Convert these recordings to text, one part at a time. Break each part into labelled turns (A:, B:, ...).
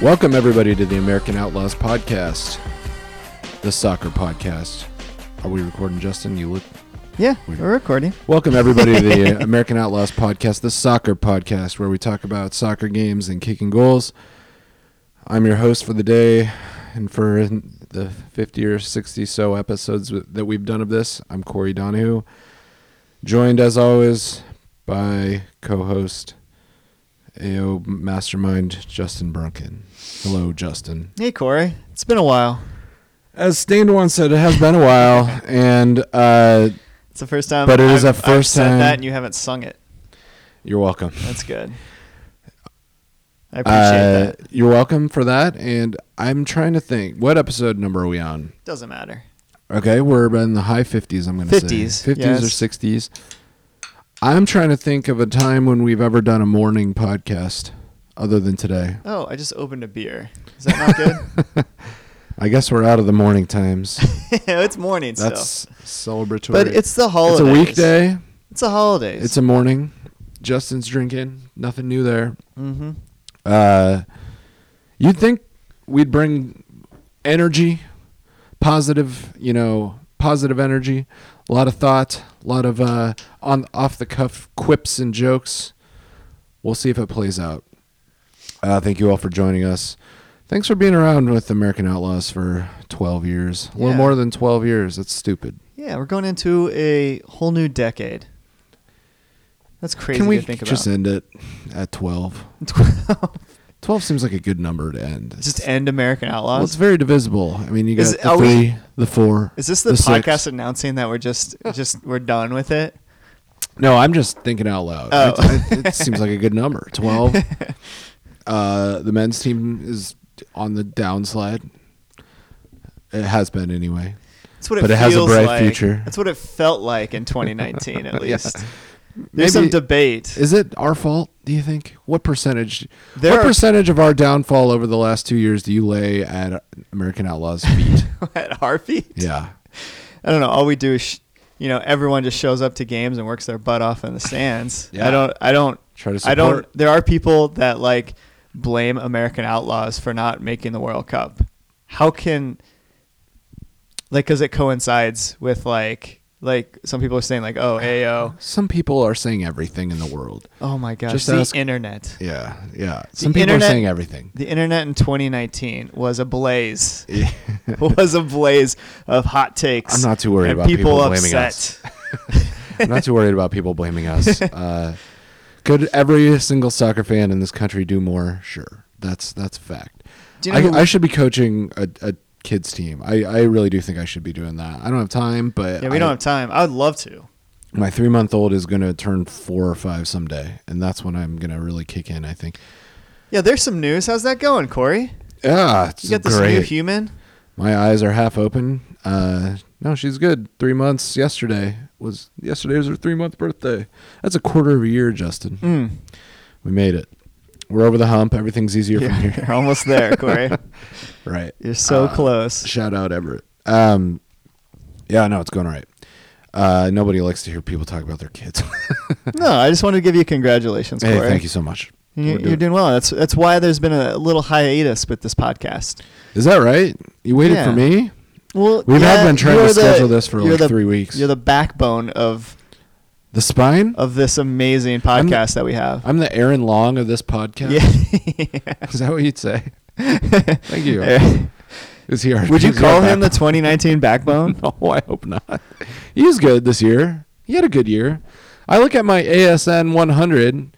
A: Welcome, everybody, to the American Outlaws podcast, the soccer podcast. Are we recording, Justin? You look.
B: Yeah, we're recording.
A: Welcome, everybody, to the American Outlaws podcast, the soccer podcast, where we talk about soccer games and kicking goals. I'm your host for the day, and for the 50 or 60 so episodes that we've done of this, I'm Corey Donahue, joined as always by co host. AO Mastermind Justin Brunken. Hello, Justin.
B: Hey, Corey. It's been a while.
A: As Stained once said, it has been a while, and uh,
B: It's the first time.
A: But it is
B: I've-
A: the first
B: I've
A: time-
B: said that, and you haven't sung it.
A: you're welcome.
B: That's good. I appreciate
A: Uh,
B: that.
A: you're welcome for that. And I'm trying to think, what episode number are we on?
B: Doesn't matter.
A: Okay, we're in the high 50s, I'm going to say.
B: 50s,
A: 50s or
B: yes.
A: 60s. I'm trying to think of a time when we've ever done a morning podcast other than today.
B: Oh, I just opened a beer. Is that not good?
A: I guess we're out of the morning times.
B: it's morning still.
A: That's celebratory.
B: But it's the
A: it's a
B: holidays.
A: weekday.
B: It's the holidays.
A: It's a morning. Justin's drinking. Nothing new there.
B: mm-hmm.
A: Uh, you'd think we'd bring energy, positive, you know, positive energy, a lot of thought, a lot of uh, on off the cuff quips and jokes. We'll see if it plays out. Uh, thank you all for joining us. Thanks for being around with American Outlaws for 12 years. A little
B: Yeah.
A: more than 12 years. That's stupid.
B: Yeah, we're going into a whole new decade. That's crazy
A: Can we
B: to think about.
A: just end it at 12? 12 seems like a good number to end.
B: just end American
A: Well,
B: Outlaws.
A: it's very divisible. I mean, you got
B: Is-
A: the
B: are
A: three,
B: we-
A: the four.
B: Is this the,
A: six.
B: podcast announcing that we're just just we're done with it?
A: No, I'm just thinking out loud.
B: Oh.
A: It, it- it seems like a good number. Twelve. uh, the men's team is on the downslide. It has been anyway.
B: That's what it
A: But it
B: feels
A: has a bright
B: like.
A: future.
B: That's what it felt like in 2019, at
A: Yeah.
B: least. There's some debate.
A: Is it our fault? Do you think? What percentage?
B: There
A: what
B: are-
A: percentage of our downfall over the last two years do you lay at American Outlaws' feet?
B: at Harvey?
A: yeah.
B: I don't know. All we do is, sh- you know, everyone just shows up to games and works their butt off in the stands.
A: Yeah.
B: I don't. I don't.
A: Try to
B: I don't.
A: support.
B: There are people that like blame American Outlaws for not making the World Cup. How can, like, because it coincides with like, like some people are saying like, oh, AO,
A: Some people are saying everything in the world.
B: oh my gosh,
A: Just
B: the
A: ask-
B: internet.
A: Yeah, yeah. Some people
B: internet-
A: are saying everything.
B: The internet in 2019 was ablaze. was ablaze of hot takes.
A: I'm not too worried
B: and
A: about people blaming
B: upset.
A: I'm not too worried about people blaming us. Uh, could every single soccer fan in this country do more? Sure, that's that's a fact.
B: Do you know
A: I,
B: who-
A: I should be coaching a, a kids team. I, I really do think I should be doing that. I don't have time, but
B: Yeah, we
A: I-
B: don't have time. I would love to.
A: My three month old is going to turn four or five someday, and that's when I'm going to really kick in. I think.
B: Yeah, there's some news. How's that going, Corey?
A: Yeah, Ah, it's
B: You got this new
A: great.
B: human.
A: My eyes are half open. Uh, no, she's good. Three months yesterday was yesterday was her three month birthday. That's a quarter of a year, Justin.
B: Mm.
A: We made it. We're over the hump. Everything's easier from
B: You're,
A: here.
B: you're almost there, Corey.
A: Right.
B: You're so
A: Uh,
B: close.
A: Shout out Everett. Um, yeah, no, it's going all right. Uh, nobody likes to hear people talk about their kids.
B: No, I just wanted to give you congratulations, Corey.
A: hey, thank you so much.
B: You-
A: We're
B: You're doing well. That's that's why there's been a little hiatus with this podcast.
A: Is that right? You waited
B: Yeah.
A: for me?
B: Well,
A: We've had
B: yeah,
A: been trying to
B: you're the-
A: schedule this for
B: you're
A: like
B: the-
A: three weeks.
B: You're the backbone of
A: The spine?
B: of this amazing podcast that we have.
A: I'm the Aaron Long of this podcast.
B: yeah.
A: Is that what you'd say? Thank you. Is he our,
B: Would you
A: is he our
B: call him the
A: back-
B: 2019 backbone?
A: No, I hope not. He's good this year. He had a good year. I look at my ASN 100.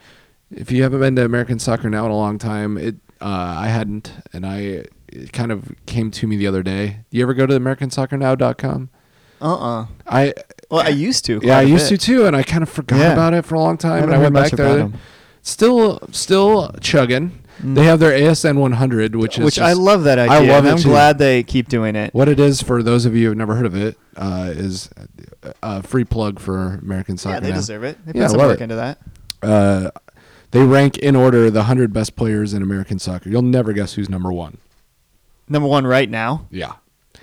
A: If you haven't been to American soccer now in a long time, it uh, I hadn't, and I it kind of came to me the other day. You ever go to AmericanSoccerNow.com?
B: Uh-uh.
A: I
B: Well, I used to.
A: yeah, I used to too, and I kind of forgot
B: Yeah.
A: about it for a long time. And I went
B: Haven't heard much
A: back there.
B: about 'em.
A: Still, still chugging. They have their ASN 100, which is
B: Mm. Which I
A: just-
B: love that idea.
A: I love
B: and
A: it
B: I'm
A: too.
B: glad they keep doing it.
A: What it is for those of you who've never heard of it uh, is a free plug for American soccer.
B: Yeah, they
A: Now.
B: deserve it. They
A: Yeah, I
B: put some
A: love
B: work
A: it.
B: into that.
A: Uh, they rank in order the hundred best players in American soccer. You'll never guess who's number one.
B: Number one right now.
A: Yeah,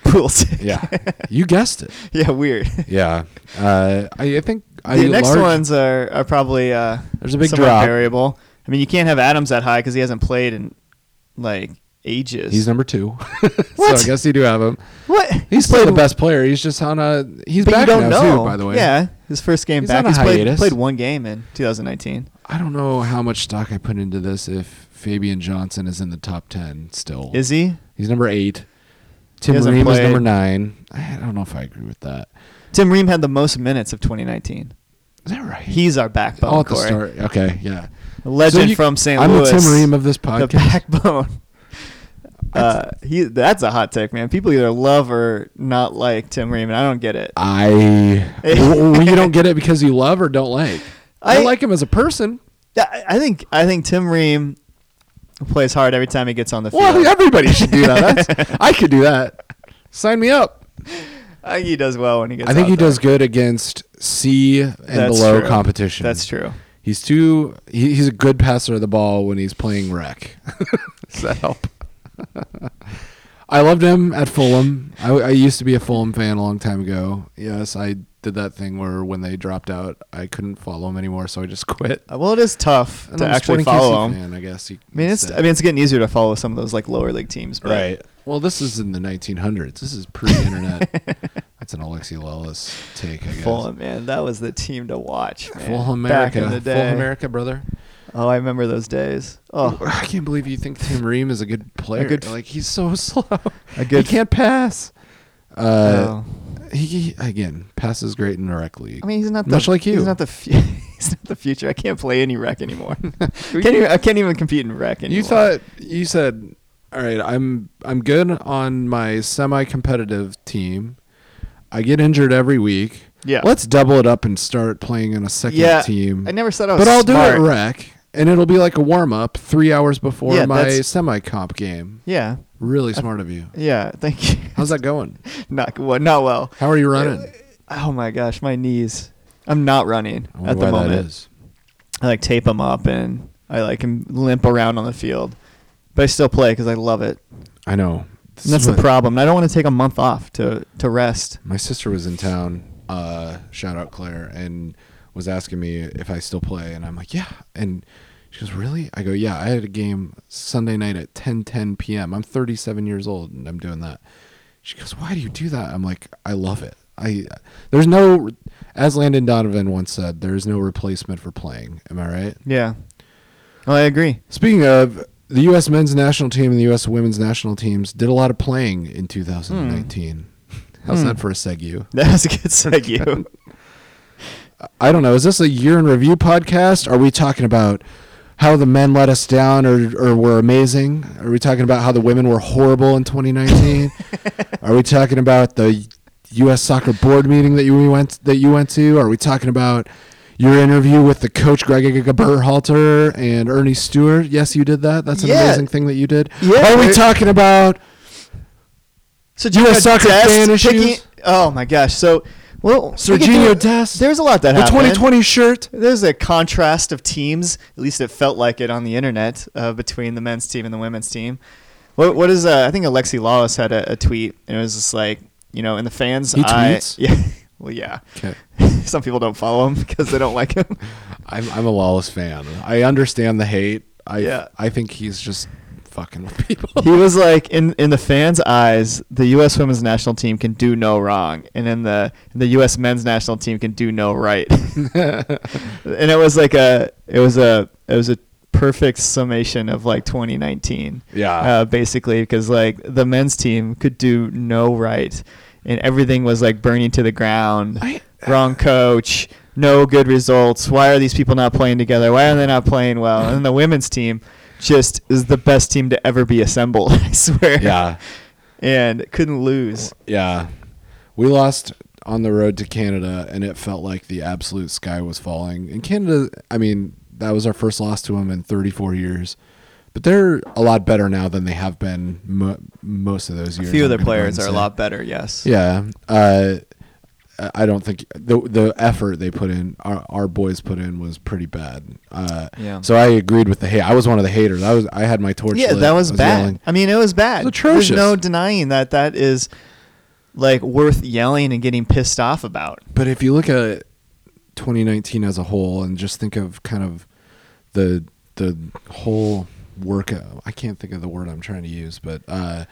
B: Pulisic.
A: yeah, you guessed it.
B: yeah, weird.
A: Yeah, uh, I, I think I
B: the next
A: large-
B: ones are, are probably uh,
A: There's a big
B: somewhat
A: drop.
B: variable. I mean, you can't have Adams that high because he hasn't played in like ages.
A: He's number two.
B: What?
A: so I guess you do have him.
B: what?
A: He's still the best player. He's just on a. He's
B: But you
A: back
B: don't
A: now
B: know.
A: too. By the way,
B: yeah, his first game
A: He's
B: back.
A: on a
B: He's played,
A: hiatus.
B: played one game in 2019.
A: I don't know how much stock I put into this. If Fabian Johnson is in the top ten still,
B: Is he?
A: he's number eight. Tim
B: hasn't
A: Ream is
B: played.
A: number nine. I don't know if I agree with that.
B: Tim Ream had the most minutes of 2019.
A: Is that right?
B: He's our backbone.
A: all at the
B: Corey.
A: start. Okay, yeah.
B: A legend
A: So you-
B: from St.
A: I'm
B: Louis.
A: the Tim Ream of this
B: the
A: podcast.
B: backbone. Uh, he that's a hot take, man. People either love or not like Tim Ream, and I don't get it.
A: I well, you don't get it because you love or don't like. I,
B: I-
A: like him as a person.
B: I I think I think Tim Ream plays hard every time he gets on the field.
A: Well, everybody should do that. That's, I could do that. Sign me up.
B: I think Uh, he does well when he gets.
A: I think
B: out
A: he
B: there.
A: does good against C and
B: That's
A: below
B: true.
A: competition.
B: That's true.
A: He's too. He, he's a good passer of the ball when he's playing rec. Does that help? I loved him at Fulham. I, I used to be a Fulham fan a long time ago. Yes, I did that thing where when they dropped out, I couldn't follow him anymore, so I just quit.
B: Uh, Well, it is tough
A: And
B: to
A: I'm a
B: actually
A: Sporting
B: follow
A: KC
B: him.
A: fan, I guess. you
B: I mean,
A: could
B: it's
A: say.
B: I mean, it's getting easier to follow some of those like lower league teams, but
A: Well, this is in the 1900s. This is pre-internet. That's an Alexi Lawless take, I guess.
B: Fulham, man, that was the team to watch. Man,
A: Full America.
B: back in the day.
A: Full America, brother.
B: Oh, I remember those days. Oh,
A: I can't believe you think Tim Ream is a good player.
B: good f-
A: like he's so slow.
B: a good
A: he can't pass. Uh,
B: oh.
A: he, he- again passes great in rec league.
B: I mean, he's not the,
A: much like you.
B: He's not the fu- he's not the future. I can't play any rec anymore. can't even, I can't even compete in rec anymore.
A: you thought you said, "All right, I'm I'm good on my semi-competitive team. I get injured every week.
B: Yeah.
A: let's double it up and start playing on a second
B: yeah,
A: team.
B: I never said I was.
A: but I'll
B: smart.
A: do it rec, and it'll be like a warm up three hours before
B: Yeah,
A: my
B: that's-
A: semi-comp game.
B: Yeah,
A: Really smart of you.
B: yeah. Thank you.
A: How's that going?
B: not well. Not well.
A: How are you running?
B: Oh my gosh, my knees. I'm not running
A: I wonder
B: at the
A: why that
B: moment.
A: is.
B: I like tape them up and I like can limp around on the field, but I still play because I love it.
A: I know. This
B: And that's
A: is
B: the
A: what-
B: problem. And I don't want to take a month off to to rest.
A: My sister was in town. Uh, shout out Claire, and was asking me if I still play, and I'm like, yeah. And she goes, really? I go, yeah. I had a game Sunday night at 10:10 p.m. I'm 37 years old, and I'm doing that. She goes, why do you do that? I'm like, I love it. I there's no, as Landon Donovan once said, there is no replacement for playing. Am I right?
B: Yeah. Well, I agree.
A: Speaking of the U.S. men's national team and the U.S. women's national teams, did a lot of playing in 2019. How's that for a segue?
B: That was a good segue.
A: I don't know. Is this a year in review podcast? Are we talking about how the men let us down or, or were amazing? Are we talking about how the women were horrible in 2019? Are we talking about the U.S. Soccer Board meeting that you went that you went to? Are we talking about your interview with the coach Greg Berhalter and Ernie Stewart? Yes, you did that. That's an
B: Yeah.
A: amazing thing that you did.
B: Yeah.
A: Are we talking about
B: So
A: US soccer
B: Dest
A: fan
B: picking-
A: issues?
B: Oh my gosh. So well,
A: Serginho Dest?
B: There's a lot that
A: the
B: happened.
A: 2020 shirt?
B: There's a contrast of teams. At least it felt like it on the internet uh, between the men's team and the women's team. What what is uh, I think Alexi Lawless had a, a tweet and it was just like you know in the fans
A: He
B: eye-
A: tweets?
B: yeah well yeah
A: Okay.
B: some people don't follow him because they don't like him
A: I'm I'm a Lawless fan. I understand the hate. I
B: Yeah.
A: I think he's just fucking with people.
B: he was like in in the fans' eyes, the U.S. women's national team can do no wrong, and in the in the U.S. men's national team can do no right. and it was like a it was a it was a perfect summation of like 2019.
A: Yeah.
B: Uh, basically, because like the men's team could do no right, and everything was like burning to the ground.
A: I-
B: wrong coach. No good results. Why are these people not playing together? Why are they not playing well? And then the women's team just is the best team to ever be assembled. I swear.
A: yeah.
B: And couldn't lose.
A: Yeah. We lost on the road to Canada and it felt like the absolute sky was falling. And Canada, I mean, that was our first loss to them in 34 years. But they're a lot better now than they have been mo- most of those
B: A
A: years.
B: few of their
A: I'm gonna go ahead
B: players
A: and
B: are a
A: say.
B: lot better. Yes.
A: Yeah. Uh, I- I don't think the the effort they put in, our, our boys put in, was pretty bad. Uh,
B: Yeah.
A: So I agreed with the hate. I was one of the haters. I was I had my torch.
B: Yeah,
A: lit.
B: that was,
A: I
B: bad.
A: yelling.
B: I mean, it was bad.
A: It was atrocious.
B: There's no denying that that is like worth yelling and getting pissed off about.
A: But if you look at 2019 as a whole and just think of kind of the the whole workout. I can't think of the word I'm trying to use, but uh,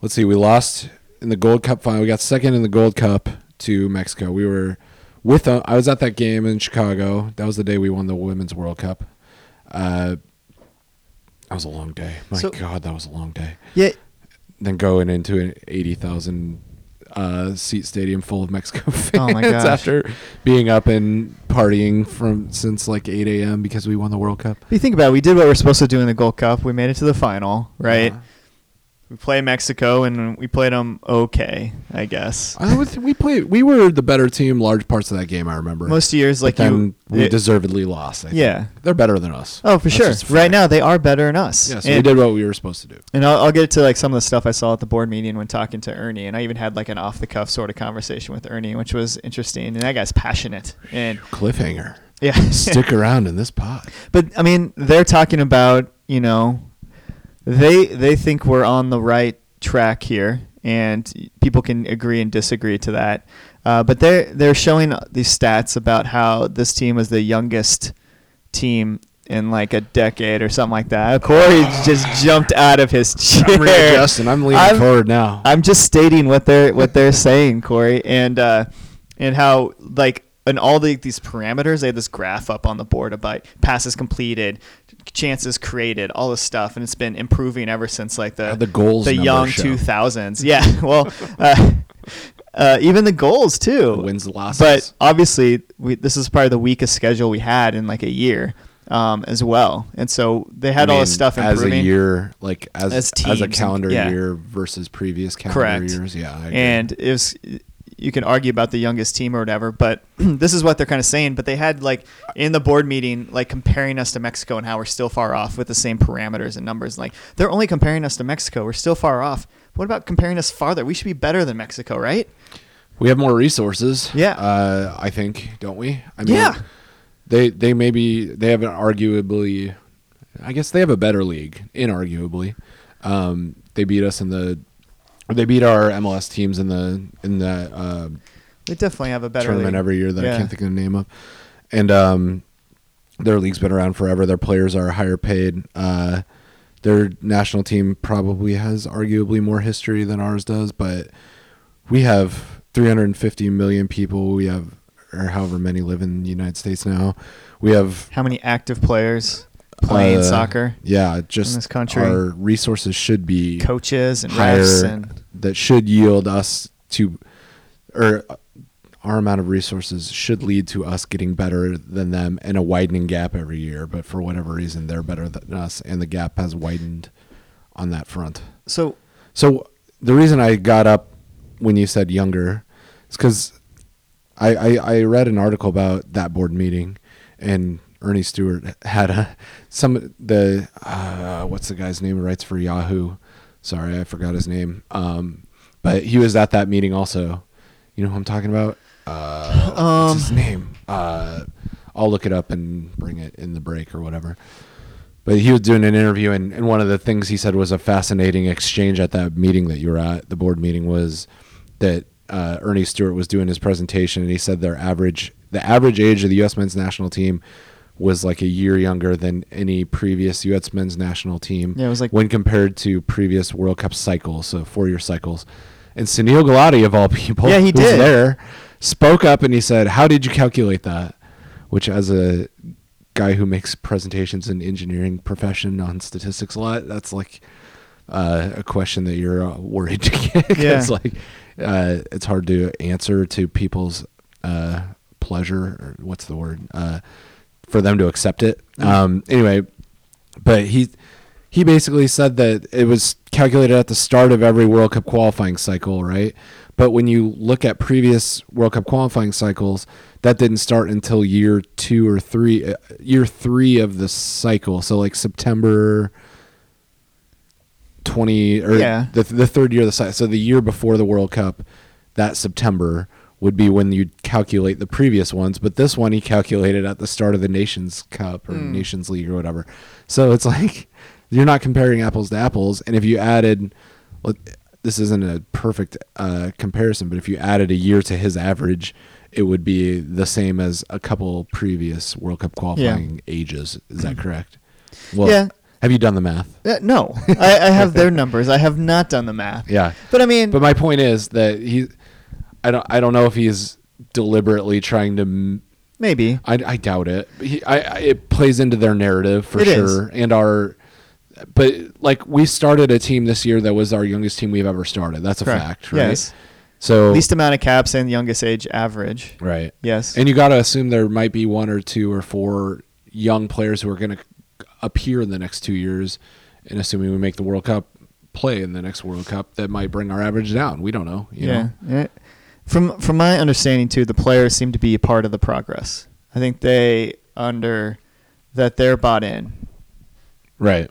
A: let's see. We lost in the Gold Cup final. We got second in the Gold Cup to Mexico. We were with. Uh, I was at that game in Chicago. That was the day we won the Women's World Cup. Uh, that was a long day. My
B: So-
A: God, that was a long day.
B: Yeah,
A: Then going into an eighty thousand uh, seat stadium full of Mexico fans
B: Oh my gosh.
A: after being up and partying from since like eight a.m. because we won the World Cup.
B: But you think about it, we did what we're supposed to do in the Gold Cup. We made it to the final, right?
A: Uh-huh.
B: We play Mexico and we played them okay, I guess.
A: I would we played. We were the better team large parts of that game. I remember.
B: Most years, like
A: but then
B: you,
A: we
B: it-
A: deservedly lost. I think.
B: yeah.
A: they're better than us.
B: Oh, for
A: That's
B: sure.
A: just a
B: Right
A: fact.
B: now, they are better than us.
A: Yeah, so
B: and,
A: we did what we were supposed to do.
B: and I'll, I'll get to like some of the stuff I saw at the board meeting when talking to Ernie, and I even had like an off the cuff sort of conversation with Ernie, which was interesting. And that guy's passionate, and
A: Cliffhanger.
B: yeah,
A: Stick around in this pod.
B: But I mean, they're talking about you know, they they think we're on the right track here, and people can agree and disagree to that. Uh, but they're they're showing these stats about how this team is the youngest team in like a decade or something like that. Corey just jumped out of his chair.
A: Ah. I'm readjusting. I'm leaning
B: I'm-
A: forward now.
B: I'm just stating what they're what they're saying, Corey, and uh, and how like in all the, these parameters, they had this graph up on the board about passes completed, chances created, all this stuff, and it's been improving ever since like the
A: How'd the goals
B: the
A: number
B: young
A: show?
B: two thousands. Yeah, well, uh, uh, even the goals too.
A: wins and losses.
B: But obviously, we, this is probably the weakest schedule we had in like a year. Um, as well, and so they had
A: I
B: all
A: mean,
B: this stuff
A: as
B: improving.
A: a year, like as
B: As
A: as,
B: teams
A: a
B: and-
A: calendar
B: yeah.
A: year versus previous calendar
B: Correct.
A: years. Yeah, I agree.
B: and it was you can argue about the youngest team or whatever but this is what they're kind of saying but they had like in the board meeting like comparing us to mexico and how we're still far off with the same parameters and numbers like they're only comparing us to mexico we're still far off what about comparing us farther we should be better than mexico right
A: we have more resources.
B: Yeah.
A: uh, I think, don't we? I
B: Yeah.
A: they they maybe they have an arguably, I guess they have a better league, inarguably. Um, they beat us in the, or they beat our MLS teams in the in the. Uh,
B: they definitely have a better
A: tournament
B: league.
A: every year that
B: Yeah.
A: I can't think of the name of. And um, their league's been around forever. Their players are higher paid. Uh, their national team probably has arguably more history than ours does, but we have 350 million people. We have, or however many live in the United States now. We have
B: how many active players playing
A: uh,
B: soccer
A: Yeah, just
B: this country.
A: Our resources should be
B: coaches and
A: higher
B: refs and
A: that should yield us to or uh, our amount of resources should lead to us getting better than them and a widening gap every year but for whatever reason they're better than us and the gap has widened on that front
B: so
A: so the reason i got up when you said younger is because I, I i read an article about that board meeting and ernie stewart had a some the uh what's the guy's name who writes for yahoo sorry i forgot his name um but he was at that meeting also you know who i'm talking about uh
B: Um,
A: what's his name uh i'll look it up and bring it in the break or whatever but he was doing an interview, and, and one of the things he said was a fascinating exchange at that meeting that you were at, the board meeting, was that uh, Ernie Stewart was doing his presentation, and he said their average, the average age of the U.S. men's national team was like a year younger than any previous U.S. men's national team.
B: Yeah, it was like-
A: when compared to previous World Cup cycles, so four-year cycles. And Sunil Gulati, of all people,
B: Yeah, he
A: who
B: did.
A: was there, spoke up and he said, "How did you calculate that?" Which, as a guy who makes presentations in engineering profession on statistics a lot, that's like uh, a question that you're uh, worried to get. 'cause,
B: Yeah.
A: like uh, it's hard to answer to people's uh, pleasure or what's the word uh, for them to accept it.
B: Mm-hmm.
A: Um, anyway, but he he basically said that it was calculated at the start of every World Cup qualifying cycle, right? But when you look at previous World Cup qualifying cycles, that didn't start until year two or three, uh, year three of the cycle. So like September twenty or
B: Yeah.
A: the the third year of the cycle. So the year before the World Cup, that September would be when you calculate the previous ones. But this one he calculated at the start of the Nations Cup or
B: Mm.
A: Nations League or whatever. So it's like you're not comparing apples to apples. And if you added, well, this isn't a perfect uh, comparison, but if you added a year to his average, it would be the same as a couple previous World Cup qualifying ages. Is that correct? Well,
B: Yeah.
A: Have you done the math?
B: Uh, no, I, I have their numbers. I have not done the math.
A: Yeah.
B: But I mean,
A: But my point is that he, I don't, I don't know if he's deliberately trying to. m-
B: maybe.
A: I, I doubt it. He, I, I, it plays into their narrative for
B: It is.
A: sure, and our. But like we started a team this year that was our youngest team we've ever started. That's a
B: Correct.
A: fact, right?
B: Yes.
A: So
B: Least amount of caps and youngest age average.
A: right,
B: Yes.
A: and you got to assume there might be one or two or four young players who are going to appear in the next two years, and assuming we make the World Cup play in the next World Cup, that might bring our average down. We don't know. You
B: yeah.
A: Know?
B: Yeah. From from my understanding too, the players seem to be a part of the progress. I think they under that they're bought in,
A: Right.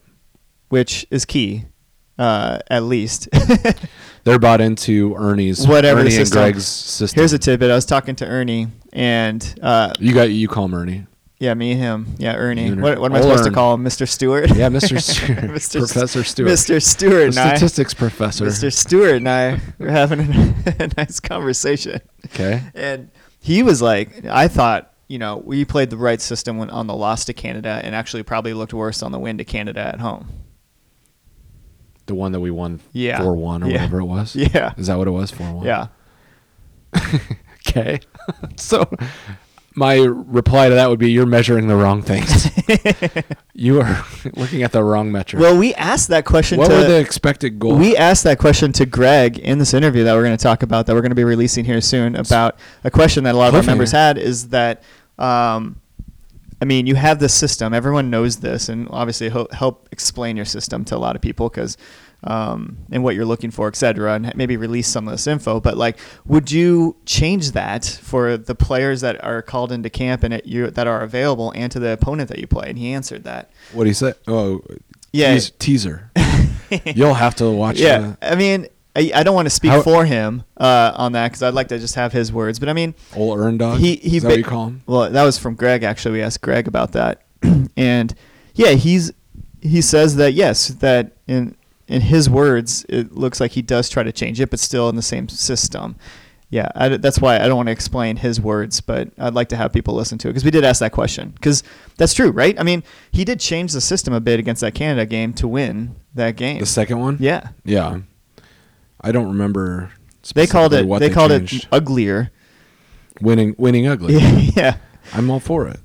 B: which is key, uh, at least.
A: They're bought into Ernie's
B: Whatever
A: Ernie
B: system.
A: and Greg's system.
B: Here's a tidbit. I was talking to Ernie and uh,
A: you got you call him Ernie.
B: yeah, me and him. Yeah, Ernie.
A: Ernie.
B: What, what am I
A: Ol'
B: supposed
A: Ern.
B: to call him? Mr. Stewart?
A: Yeah, Mr. Stewart.
B: Mr.
A: Professor Stewart.
B: Mr. Stewart
A: The
B: and I.
A: statistics professor.
B: Mr. Stewart and I were having a, a nice conversation.
A: Okay.
B: And he was like, I thought, you know, we played the right system when, on the loss to Canada and actually probably looked worse on the win to Canada at home.
A: The one that we won
B: Yeah.
A: 4 1 or
B: Yeah.
A: whatever it was.
B: Yeah.
A: Is that what it was? 4 1.
B: Yeah.
A: Okay. so my reply to that would be you're measuring the wrong things. you are looking at the wrong metric.
B: Well, we asked that question
A: what
B: to
A: were the expected goals?
B: we asked that question to Greg in this interview that we're going to talk about that we're going to be releasing here soon about a question that a lot of our
A: Cliffhanger.
B: members had is that um, I mean you have this system everyone knows this and obviously hel- help explain your system to a lot of people because um, and what you're looking for etc and maybe release some of this info but like would you change that for the players that are called into camp and at you that are available and to the opponent that you play and he answered that
A: what do you say? Oh,
B: Yeah.
A: teas- teaser. You'll have to watch.
B: Yeah, I mean, I, I don't want to speak
A: How-
B: for him uh, on that because I'd like to just have his words. But I mean,
A: uh, Old Erndog.
B: he he.
A: Is that what
B: ba-
A: you call him?
B: Well, that was from Greg. Actually, we asked Greg about that, and yeah, he's he says that yes, that in in his words, it looks like he does try to change it, but still in the same system. Yeah, I d that's why I don't want to explain his words, but I'd like to have people listen to it because we did ask that question because that's true, right? I mean, he did change the system a bit against that Canada game to win that game.
A: The second one?
B: yeah.
A: Yeah. I don't remember.
B: They called
A: specifically
B: it.
A: what
B: They, called
A: changed.
B: it uglier.
A: winning. Winning ugly.
B: yeah,
A: I'm all for it.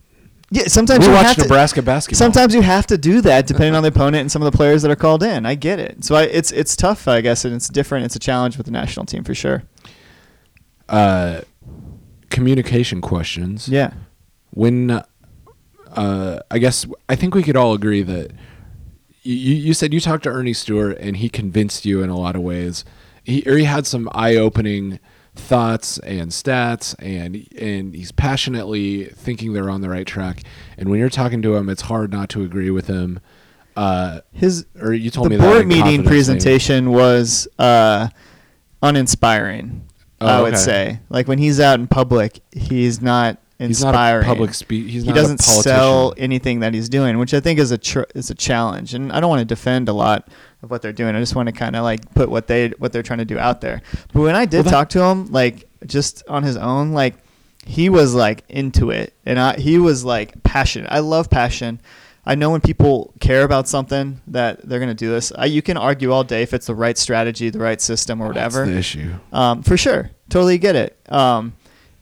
B: yeah. Sometimes
A: we
B: you
A: watch
B: have to.
A: Nebraska basketball.
B: Sometimes you have to do that depending on the opponent and some of the players that are called in. I get it. So I, it's it's tough, I guess, and it's different. It's a challenge with the national team for sure.
A: uh, communication questions.
B: Yeah.
A: When, uh, I guess I think we could all agree that you, you you said you talked to Ernie Stewart and he convinced you in a lot of ways. He or he had some eye opening thoughts and stats and and he's passionately thinking they're on the right track. And when you're talking to him, it's hard not to agree with him. Uh,
B: His
A: or you told
B: the
A: me that
B: board
A: in
B: meeting
A: confidence,
B: presentation was uh, uninspiring.
A: Oh,
B: I would
A: okay.
B: say, like when he's out in public, he's not
A: maybe. He's not
B: inspiring.
A: a public speak. He's
B: he
A: not a
B: doesn't
A: politician.
B: sell anything that he's doing, which I think is a tr- is a challenge. And I don't want to defend a lot of what they're doing. I just want to kind of like put what they what they're trying to do out there. But when I did
A: Well, that-
B: talk to him, like just on his own, like he was like into it, and I, he was like passionate. I love passion. I know when people care about something that they're gonna do this. I, you can argue all day if it's the right strategy, the right system, or
A: That's
B: whatever.
A: the issue.
B: Um, for sure, totally get it. Um,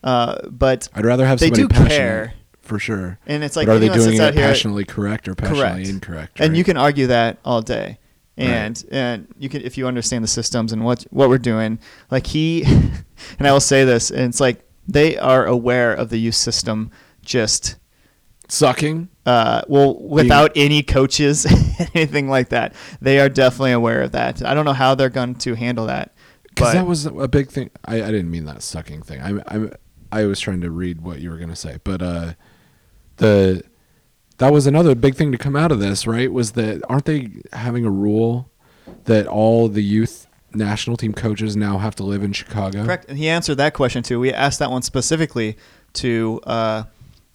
B: uh, but
A: I'd rather have
B: They
A: somebody
B: do
A: passionate
B: care.
A: for sure.
B: and it's like
A: but are they
B: anyone
A: doing
B: sits out
A: it
B: here.
A: passionately correct or passionately
B: Correct.
A: incorrect?
B: and
A: right?
B: you can argue that all day
A: Right.
B: and and you can if you understand the systems and what what we're doing like he and i will say this and it's like they are aware of the youth system just
A: sucking.
B: uh, well, without any coaches, anything like that, they are definitely aware of that. I don't know how they're going to handle that, but
A: Because that was a big thing. I, I didn't mean that sucking thing. I, I I was trying to read what you were gonna say, but uh, the that was another big thing to come out of this, right? Was that aren't they having a rule that all the youth national team coaches now have to live in Chicago?
B: Correct. And he answered that question too. We asked that one specifically to uh,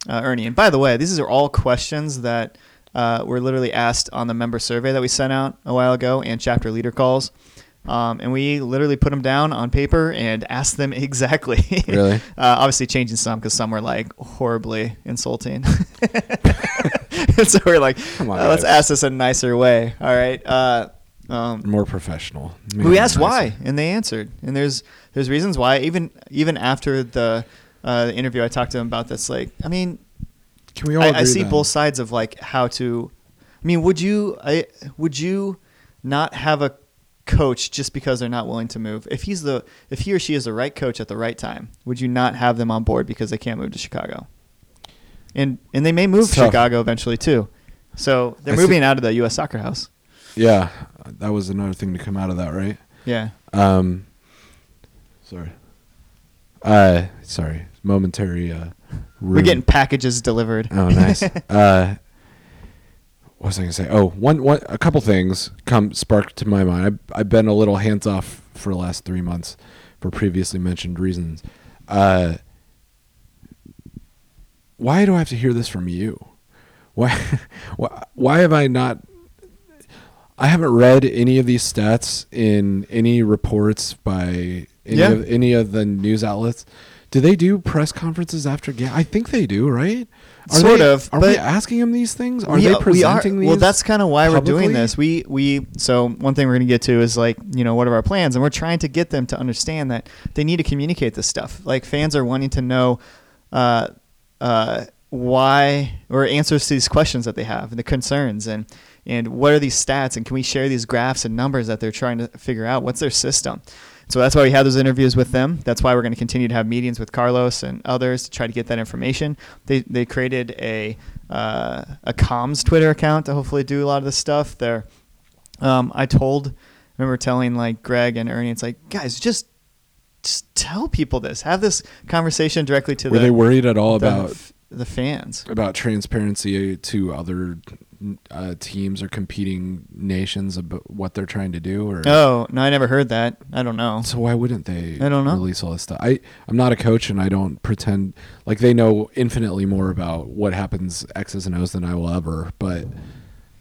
B: uh, Ernie. And by the way, these are all questions that uh, were literally asked on the member survey that we sent out a while ago and chapter leader calls. Um, and we literally put them down on paper and asked them exactly.
A: Really?
B: uh, obviously, changing some because some were like horribly insulting. and so we're like,
A: Come on,
B: "Uh, let's
A: guys."
B: ask this a nicer way. All right. Uh, um,
A: more professional.
B: we asked why, and they answered. And there's there's reasons why. Even even after the uh, the interview, I talked to them about this. Like, I mean,
A: Can we all?
B: I, I
A: agree
B: see
A: then?
B: both sides of like how to. I mean, would you I would you not have a coach just because they're not willing to move? If he's the if he or she is the right coach at the right time, would you not have them on board because they can't move to Chicago? And and they may move
A: It's
B: to
A: tough.
B: Chicago eventually too. So they're
A: I see-
B: moving out of the U.S. Soccer House.
A: Yeah, that was another thing to come out of that, right?
B: Yeah.
A: Um, sorry. Uh, sorry. Momentary. Uh,
B: We're
A: rude-
B: getting packages delivered.
A: Oh, nice. uh, what was I gonna say? Oh, one, one, a couple things come sparked to my mind. I, I've been a little hands off for the last three months, for previously mentioned reasons. Uh, why do I have to hear this from you? Why, why, why have I not? I haven't read any of these stats in any reports by any
B: Yeah.
A: of any of the news outlets. Do they do press conferences after game? I think they do, right?
B: Sort
A: they,
B: of,
A: Are we
B: but-
A: asking them these things? Are
B: we,
A: they
B: uh, we are-
A: presenting these?
B: Well, that's kind of why we're
A: publicly?
B: doing this. We we so one thing we're going to get to is like you know what are our plans, and we're trying to get them to understand that they need to communicate this stuff. Like fans are wanting to know uh, uh, why or answers to these questions that they have and the concerns and and what are these stats and can we share these graphs and numbers that they're trying to figure out? What's their system? So that's why we have those interviews with them. That's why we're going to continue to have meetings with Carlos and others to try to get that information. They, they created a uh, a comms Twitter account to hopefully do a lot of this stuff. There, um, I told, I remember telling like Greg and Ernie, it's like guys, just just tell people this. Have this conversation directly to
A: Were
B: the
A: they worried at all
B: the
A: about
B: f- the fans.
A: about transparency to other uh, teams or competing nations about what they're trying to do? Or
B: Oh no, I never heard that. I don't know.
A: So why wouldn't they?
B: I don't know.
A: Release all this stuff. I I'm not a coach, and I don't pretend like they know infinitely more about what happens X's and O's than I will ever. But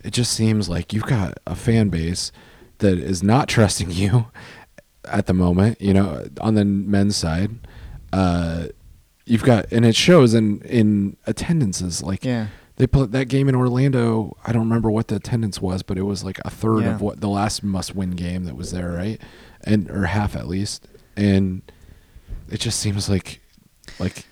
A: it just seems like you've got a fan base that is not trusting you at the moment. You know, on the men's side, uh, you've got, and it shows in in attendances. Like
B: Yeah.
A: they put that game in Orlando. I don't remember what the attendance was, but it was like a third
B: Yeah.
A: of what the last must-win game that was there, right? And or half at least. And it just seems like like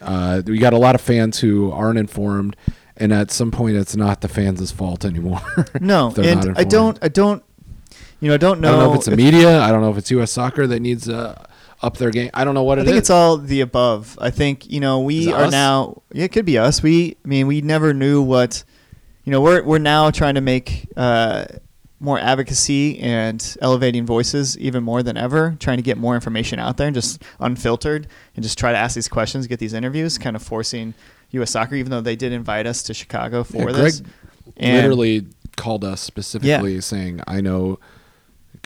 A: uh, we got a lot of fans who aren't informed, and at some point, it's not the fans' fault anymore.
B: No,
A: if they're
B: and
A: not
B: I
A: informed.
B: don't. I don't. You know, I don't know.
A: I don't know if it's the
B: if-
A: media. I don't know if it's U.S. Soccer that needs to up their game. I don't know what
B: I
A: it
B: think
A: is.
B: it's all the above. I think you know
A: Is
B: we
A: it
B: are
A: us?
B: now. Yeah, it could be us. We. I mean, we never knew what. You know, we're we're now trying to make uh, more advocacy and elevating voices even more than ever. Trying to get more information out there and just unfiltered and just try to ask these questions, get these interviews, kind of forcing U.S. Soccer, even though they did invite us to Chicago for
A: Yeah,
B: this.
A: Greg
B: And-
A: literally called us specifically saying, "I know."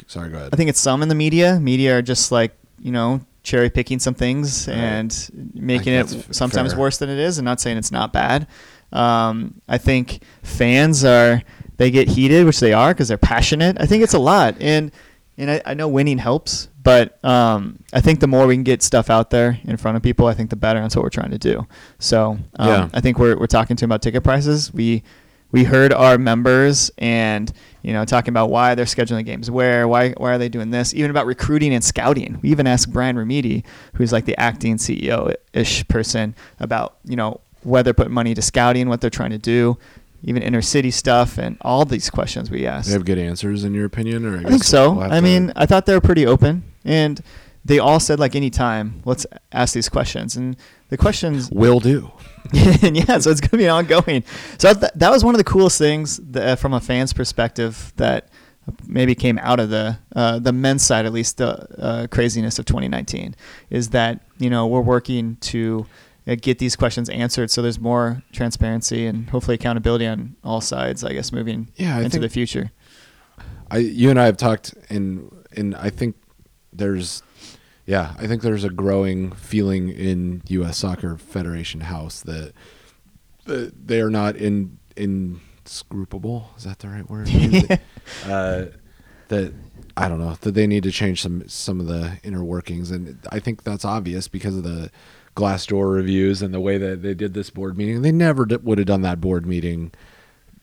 A: Sorry, go ahead.
B: I think it's some in the media. Media are just like you know cherry picking some things
A: Right.
B: and
A: I
B: making
A: think
B: it
A: that's f-
B: sometimes
A: fair.
B: worse than it is, and not saying it's not bad. Um, I think fans are they get heated, which they are because they're passionate. I think it's a lot, and and I, I know winning helps, but um, I think the more we can get stuff out there in front of people, I think the better. That's what we're trying to do. So um,
A: Yeah.
B: I think we're we're talking to them about ticket prices. We we heard our members and you know talking about why they're scheduling games where why why are they doing this even about recruiting and scouting we even asked brian ramidi who's like the acting ceo ish person about you know where they're putting money into scouting what they're trying to do even inner city stuff and all these questions we asked
A: They have good answers, in your opinion, or I,
B: I think
A: guess
B: so.
A: we'll have
B: I
A: to-
B: mean, I thought they were pretty open, and they all said like any time, let's ask these questions. And the questions,
A: will do.
B: and yeah, so it's gonna be ongoing. So th- that was one of the coolest things that, from a fan's perspective that maybe came out of the uh, the men's side, at least the uh, craziness of 2019, is that you know we're working to uh, get these questions answered so there's more transparency and hopefully accountability on all sides i guess moving
A: Yeah, I
B: into
A: think-
B: the future
A: I, you and I have talked, and and I think there's, yeah, I think there's a growing feeling in U.S. Soccer Federation House that, that they are not in inscrutable. Is that the right word? uh, that I don't know that they need to change some some of the inner workings, and I think that's obvious because of the Glassdoor reviews and the way that they did this board meeting. They never d- would have done that board meeting,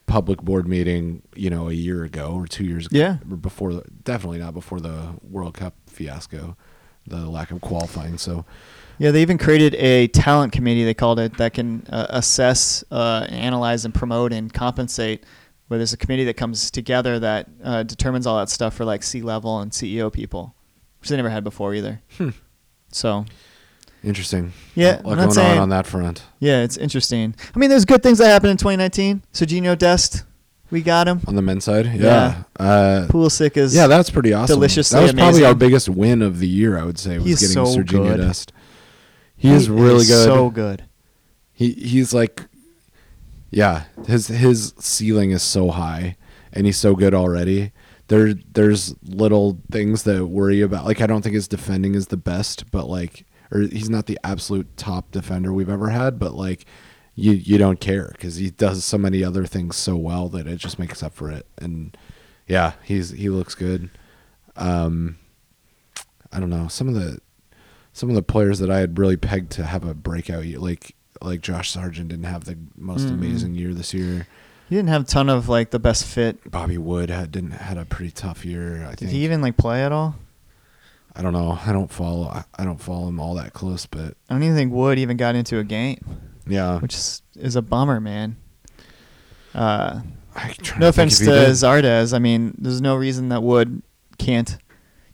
A: public board meeting, you know, a year ago or two years
B: Yeah.
A: ago, or before the, definitely not before the World Cup fiasco, the lack of qualifying. So
B: Yeah, they even created a talent committee. They called it that can uh, assess, uh, analyze, and promote and compensate. Where there's a committee that comes together that uh, determines all that stuff for like C level and CEO people, which they never had before either. So
A: interesting.
B: Yeah,
A: a lot
B: I'm not
A: going on
B: saying-
A: on that front.
B: yeah, it's interesting. I mean, there's good things that happened in 2019. Serginho Dest, we got him.
A: On the men's side, yeah, Uh,
B: Pulisic is
A: yeah, that's pretty awesome.
B: Deliciously
A: that was probably
B: amazing.
A: our biggest win of the year. I would say was
B: He's
A: getting
B: so
A: Sergio
B: good.
A: Dest. He, is really good.
B: So good.
A: He he's like, yeah, his his ceiling is so high, and he's so good already. There there's little things that worry about. Like I don't think his defending is the best, but like, or he's not the absolute top defender we've ever had. But like, you you don't care because he does so many other things so well that it just makes up for it. And yeah, he's he looks good. Um, I don't know some of the some of the players that I had really pegged to have a breakout year, like like Josh Sargent didn't have the most
B: Mhm.
A: amazing year this year.
B: He didn't have a ton of like the best fit.
A: Bobby Wood had didn't had a pretty tough year. I
B: Did
A: think.
B: he even like play at all?
A: I don't know. I don't follow. I, I don't follow him all that close, but
B: I don't even think Wood even got into a game.
A: yeah.
B: which is, is a bummer, man. Uh,
A: I try
B: no
A: think
B: offense
A: if he
B: to
A: did.
B: Zardes. I mean, there's no reason that Wood can't.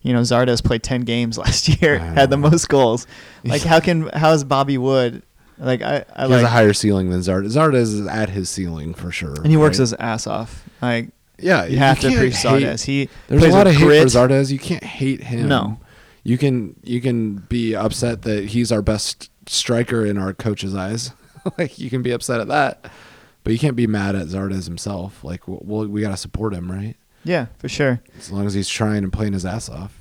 B: You know, Zardes played 10 games last year,
A: I
B: had the
A: know.
B: most goals. Like, how can how is Bobby Wood? Like, I, I
A: He
B: like,
A: has a higher ceiling than Zardes. Zardes is at his ceiling for sure.
B: and he works
A: right?
B: his ass off. Like,
A: yeah.
B: you have to
A: can't
B: appreciate
A: hate-
B: Zardes. He
A: There's a
B: plays
A: lot
B: with
A: of hate for
B: grit.
A: Zardes. You can't hate him.
B: No.
A: You can you can be upset that he's our best striker in our coach's eyes. like you can be upset at that, but you can't be mad at Zardes himself. Like w- well, we got to support him, right?
B: Yeah, for sure.
A: As long as he's trying and playing his ass off,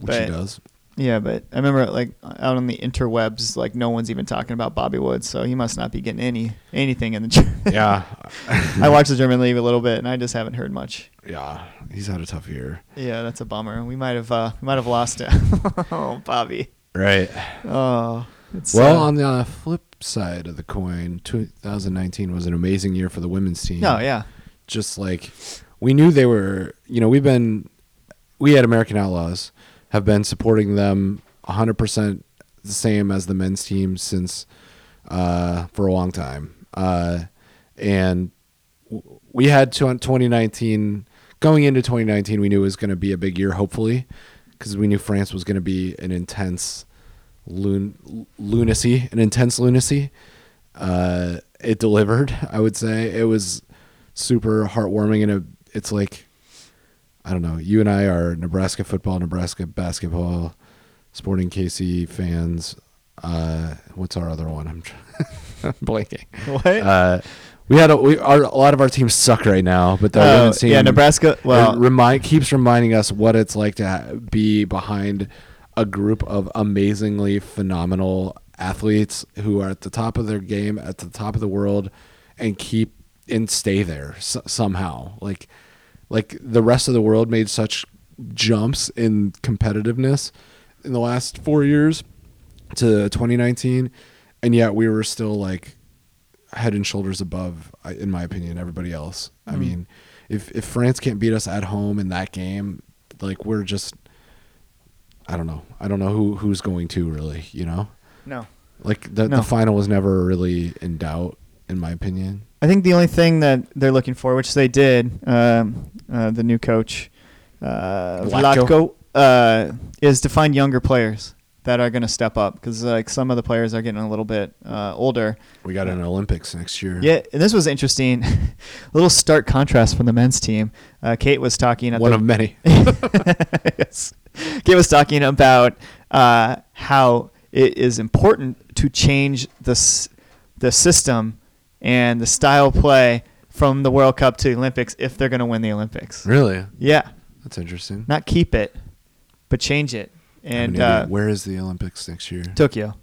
A: which he
B: But-
A: does.
B: Yeah, but I remember like out on the interwebs, like no one's even talking about Bobby Wood, so he must not be getting any anything in the. Ger-
A: Yeah.
B: I watched the German league a little bit, and I just haven't heard much.
A: yeah. He's had a tough year.
B: Yeah, that's a bummer. We might have uh, we might have lost it. oh, Bobby.
A: Right.
B: Oh, it's,
A: Well,
B: uh,
A: on the uh, flip side of the coin, 2019 was an amazing year for the women's team.
B: no, yeah,
A: just like we knew they were you know we've been we at american outlaws have been supporting them 100% the same as the men's team since uh, for a long time uh, and w- we had to on 2019 going into 2019 we knew it was going to be a big year hopefully because we knew france was going to be an intense lun- lunacy an intense lunacy uh, it delivered. I would say it was super heartwarming, and it, it's like I don't know. You and I are Nebraska football, Nebraska basketball, Sporting KC fans. Uh, what's our other one? I'm, tr- I'm blanking.
B: what?
A: Uh, we had a, we our, a lot of our teams suck right now, but the
B: Oh,
A: women's team,
B: yeah, Nebraska.
A: well,
B: Well,
A: remind keeps reminding us what it's like to ha- be behind a group of amazingly phenomenal athletes who are at the top of their game, at the top of the world, and keep and stay there s- somehow. Like, like the rest of the world made such jumps in competitiveness in the last four years to 2019, and yet we were still like head and shoulders above, I- in my opinion, everybody else. I
B: Hmm.
A: mean, if if France can't beat us at home in that game, like we're just, I don't know, I don't know who who's going to really, you know,
B: no.
A: like the
B: No.
A: the final was never really in doubt, in my opinion.
B: I think the only thing that they're looking for, which they did, um, uh, the new coach, uh,
A: Vlatko.
B: Vlatko, uh, is to find younger players that are going to step up because like some of the players are getting a little bit uh, older.
A: We got an Olympics next year.
B: Yeah, and this was interesting. a little stark contrast from the men's team. Uh, Kate was talking at
A: one
B: the
A: of many.
B: yes. Gabe was talking about uh, how it is important to change the s- the system and the style of play from the World Cup to the Olympics if they're going to win the Olympics.
A: Really,
B: Yeah,
A: that's interesting.
B: not keep it, but change it.
A: I mean,
B: And
A: yeah,
B: uh,
A: where is the Olympics next year?
B: Tokyo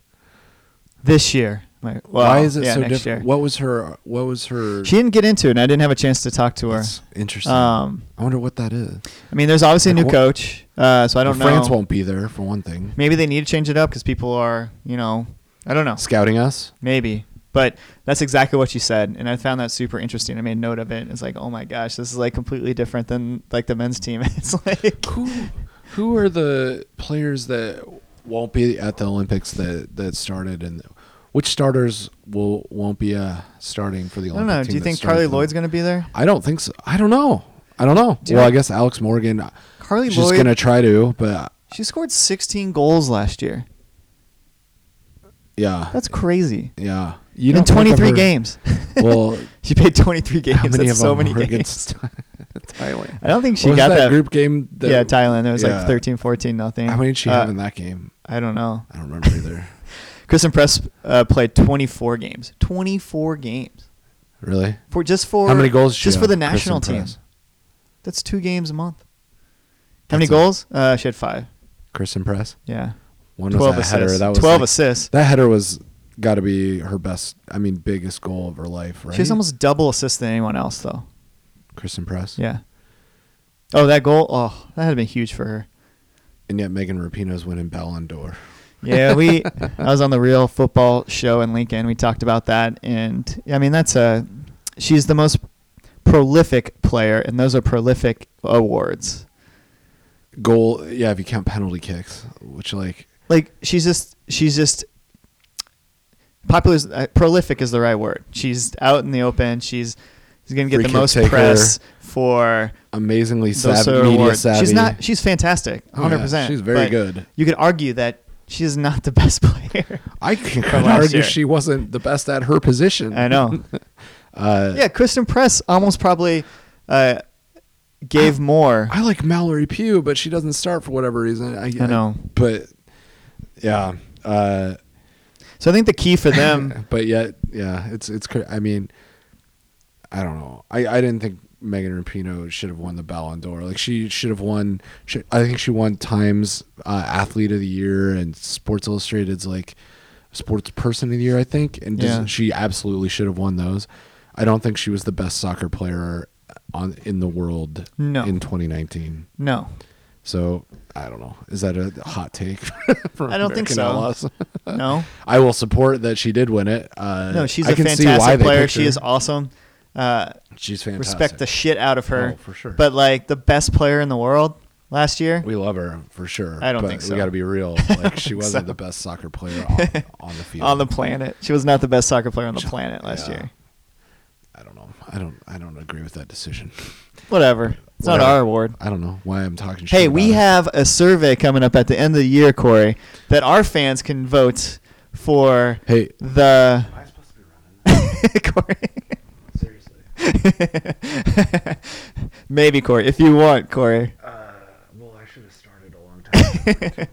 B: this year. My, well,
A: Why is it
B: yeah,
A: so
B: next
A: different?
B: year.
A: What was her? What was her?
B: She didn't get into it, and I didn't have a chance to talk to her.
A: That's interesting.
B: Um,
A: I wonder what that is.
B: I mean, there's obviously a
A: Like
B: new
A: what-
B: coach, uh, so I don't know.
A: France won't be there for one thing.
B: Maybe they need to change it up because people are, you know, I don't know.
A: Scouting us.
B: Maybe. But that's exactly what she said, and I found that super interesting. I made note of it. It's like, oh my gosh, this is like completely different than like the men's team. It's like
A: Who who are the players that won't be at the Olympics that that started and which starters will won't be uh, starting for the
B: I
A: Olympic
B: don't know.
A: team
B: Do you
A: that
B: think
A: started
B: Carly
A: for the-
B: Lloyd's going to be there?
A: I don't think so. I don't know. I don't know.
B: Do you
A: well,
B: know-
A: I guess Alex Morgan uh,
B: Carly
A: she's
B: Lloyd.
A: going to try to, but
B: She scored 16 goals last year.
A: yeah.
B: That's crazy.
A: yeah. You
B: in
A: don't think of
B: 23
A: her-
B: games.
A: Well,
B: she played 23 games.
A: how many
B: That's
A: of
B: so
A: them
B: many
A: were
B: games.
A: against Thailand?
B: I don't think she
A: What was
B: got
A: that,
B: that.
A: group game. That,
B: yeah, Thailand. It was
A: Yeah.
B: like 13, 14, nothing.
A: How many did she
B: Uh,
A: have in that game?
B: I don't know.
A: I don't remember either.
B: Kristen Press uh, played 24 games. 24 games
A: really?
B: for just for
A: How many goals? did she
B: Just for
A: have,
B: the
A: Kristen
B: national team.
A: Press?
B: That's two games a month. How many
A: That's a-
B: goals? Uh, she had five.
A: Kristen Press.
B: Yeah,
A: One was
B: twelve
A: that
B: assists.
A: header. That was
B: twelve
A: like-
B: assists.
A: That header was got to be her best. I mean, biggest goal of her life, right?
B: She has almost double assists than anyone else, though.
A: Kristen Press.
B: Yeah. Oh, that goal! Oh, that had been huge for her.
A: And yet Megan Rapinoe's winning Ballon d'Or.
B: Yeah, we. I was on the Real Football Show in Lincoln. We talked about that, and I mean that's a. She's the most prolific player, and those are prolific awards.
A: Goal. Yeah, if you count penalty kicks, which like
B: like she's just she's just popular is- uh, prolific is the right word she's out in the open she's she's gonna get
A: Free
B: the
A: kick
B: most
A: taker.
B: press for
A: amazingly
B: those
A: savvy,
B: sort of
A: media
B: awards
A: savvy.
B: she's not she's fantastic
A: Oh, yeah,
B: 100 percent.
A: She's very good.
B: you could argue that she is not the best player
A: I can
B: From last
A: argue
B: year.
A: she wasn't the best at her position.
B: i know
A: Uh,
B: yeah kristen press almost probably uh gave more
A: I like Mallory Pugh, but she doesn't start for whatever reason. I,
B: I know.
A: but yeah, uh,
B: so i think the key for them
A: but yet, yeah, it's it's. cra- I mean, I don't know. I I didn't think Megan Rapinoe should have won the Ballon d'Or. Like she should have won. She, I think she won Times uh, Athlete of the Year and Sports Illustrated's like Sports Person of the Year. I think, and just-
B: Yeah.
A: she absolutely should have won those. I don't think she was the best soccer player on in the world
B: No.
A: in 2019.
B: no
A: So I don't know. Is that a hot take? for
B: I don't think
A: American
B: so.
A: Outlaws?
B: no
A: I will support that she did win it. Uh,
B: no she's
A: a
B: a fantastic player she is
A: All-
B: awesome uh
A: she's fantastic.
B: respect the shit out of her.
A: Oh, for sure.
B: But like the best player in the world last year,
A: we love her for sure.
B: I don't
A: but
B: think so.
A: We got to be real. Like she
B: think
A: wasn't
B: so.
A: the best soccer player on, on the field.
B: on the planet, she was not the best soccer player on the planet last
A: Yeah.
B: year.
A: I don't know. I don't. I don't agree with that decision.
B: Whatever. It's not
A: Whatever.
B: our award.
A: I don't know why I'm talking. Shit
B: Hey, we
A: about it.
B: have a survey coming up at the end of the year, Corey, that our fans can vote for
A: Hey,
B: the
C: Am I supposed to be running?
B: Corey.
C: Seriously.
B: Maybe Corey, if you want, Corey.
C: Uh, well, I should have started a long time. ago.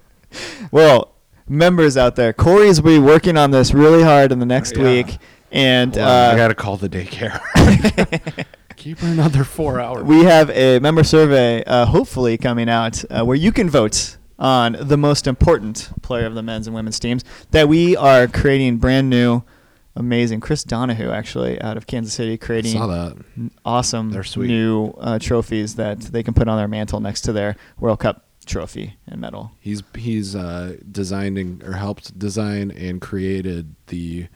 B: Well, members out there, Corey's will be working on this really hard in the next
A: Yeah.
B: week, and
A: hold on, I
B: uh,
A: got to call the daycare. Keep her another four hours.
B: we have a member survey uh, hopefully coming out uh, where you can vote on the most important player of the men's and women's teams that we are creating brand new amazing chris donahue actually out of kansas city creating
A: saw that.
B: n- awesome
A: They're sweet.
B: new uh, trophies that they can put on their mantle next to their world cup trophy and medal
A: He's he's uh, designed and, or helped design and created the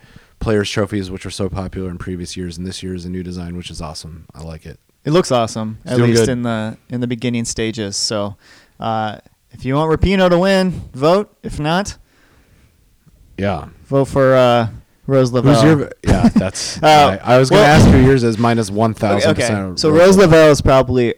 A: players' trophies, which were so popular in previous years, and this year is a new design, which is awesome. I like it.
B: It looks awesome,
A: It's
B: at
A: doing
B: least
A: good.
B: in the in the beginning stages. So, uh, if you want Rapino to win, vote. If not,
A: Yeah.
B: vote for uh, Rose Lavelle.
A: Who's your? Yeah, that's.
B: Oh,
A: I, I was going to
B: well-
A: ask who yours is. Mine is one thousand.
B: okay, okay. So Rose Lavelle is probably,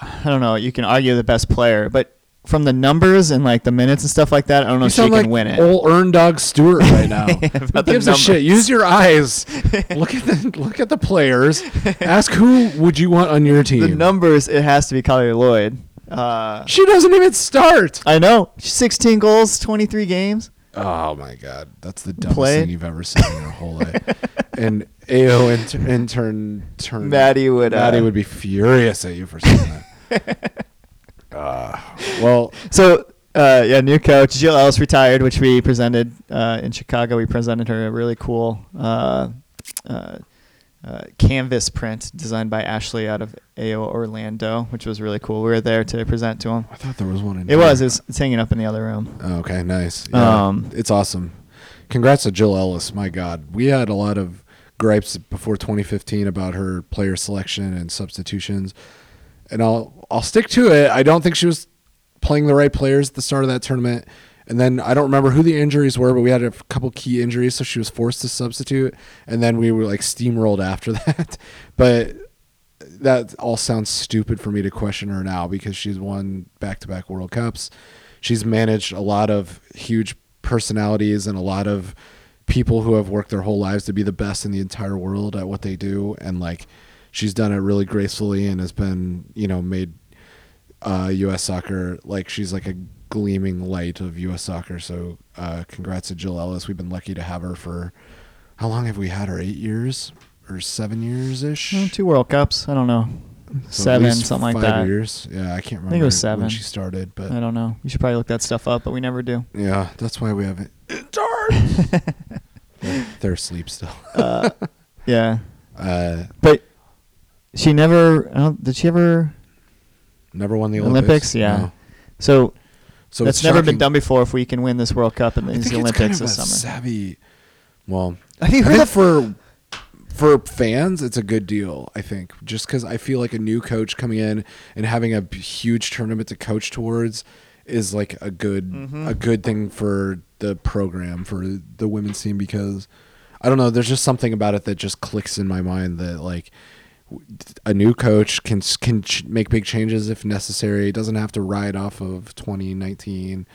B: I don't know. You can argue the best player, but from the numbers and like the minutes and stuff like that, I don't know
A: You
B: if she
A: sound
B: can
A: like
B: win it.
A: old Earn Dog Stewart right now. Who
B: About the
A: gives a shit?
B: numbers.
A: Use your eyes. look at the look at the players. Ask who would you want on your team.
B: the numbers, it has to be Collier Lloyd. Uh,
A: She doesn't even start.
B: I know, sixteen goals, twenty three games.
A: Oh my god, that's the dumbest
B: Play.
A: thing you've ever seen in your whole life. And AO intern, intern turn
B: Maddie would, uh,
A: Mm. Maddie would be furious at you for saying that. uh, well,
B: So Uh, yeah, new coach Jill Ellis retired, which we presented uh, in Chicago. We presented her a really cool uh, uh, uh, canvas print designed by Ashley out of AO Orlando, which was really cool. We were there to present to him.
A: I thought there was one in.
B: It was. It was it's hanging up in the other room.
A: Oh, okay, nice. Yeah,
B: Um,
A: it's awesome. Congrats to Jill Ellis. My God, we had a lot of gripes before 2015 about her player selection and substitutions, and I'll I'll stick to it. I don't think she was playing the right players at the start of that tournament, and then I don't remember who the injuries were, but we had a couple key injuries, so she was forced to substitute, and then we were like steamrolled after that. but that all sounds stupid for me to question her now because she's won back-to-back World Cups. She's managed a lot of huge personalities and a lot of people who have worked their whole lives to be the best in the entire world at what they do and like she's done it really gracefully and has been, you know, made uh US soccer like she's like a gleaming light of US soccer. So, uh congrats to Jill Ellis. We've been lucky to have her for how long have we had her? 8 years or 7 years ish?
B: Oh, Two World Cups. I don't know.
A: So at
B: Seven,
A: least
B: something
A: five
B: like that.
A: Years. Yeah, I can't remember.
B: I think it was
A: when
B: seven.
A: she started, but
B: I don't know. You should probably look that stuff up, but we never do.
A: yeah, that's why we haven't. They're- They're asleep still.
B: Uh, yeah,
A: Uh,
B: but she never. I don't, did she ever?
A: never won the Olympics.
B: Olympics? yeah.
A: No.
B: So,
A: So
B: that's
A: it's
B: never
A: shocking.
B: been done before. If we can win this World Cup and
A: I
B: these
A: think
B: Olympics
A: it's kind of
B: this
A: a
B: summer,
A: savvy. Well,
B: have you
A: I think for for fans, it's a good deal. I think just because I feel like a new coach coming in and having a b- huge tournament to coach towards is like a good
B: Mm-hmm.
A: a good thing for the program for the women's team because I don't know. There's just something about it that just clicks in my mind that like w- a new coach can s- can ch- make big changes if necessary. It doesn't have to ride off of 2019.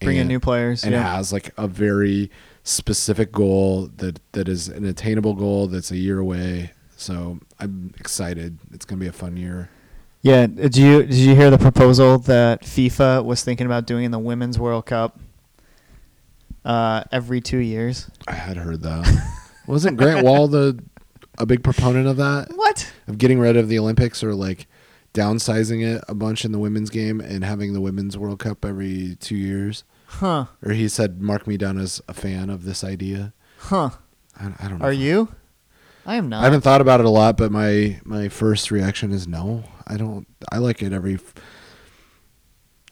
B: bring in
A: and-
B: new players?
A: and
B: Yeah.
A: has like a very specific goal that that is an attainable goal that's a year away. So I'm excited. It's gonna be a fun year.
B: yeah. Did you did you hear the proposal that FIFA was thinking about doing in the Women's World Cup uh, every two years?
A: I had heard that. Wasn't Grant Wall the a big proponent of that
B: What?
A: of getting rid of the Olympics or like downsizing it a bunch in the women's game and having the women's World Cup every two years?
B: Huh?
A: Or he said, "Mark me down as a fan of this idea."
B: Huh?
A: I, I don't know.
B: Are you? I am not.
A: I haven't thought about it a lot, but my my first reaction is no. I don't. I like it every.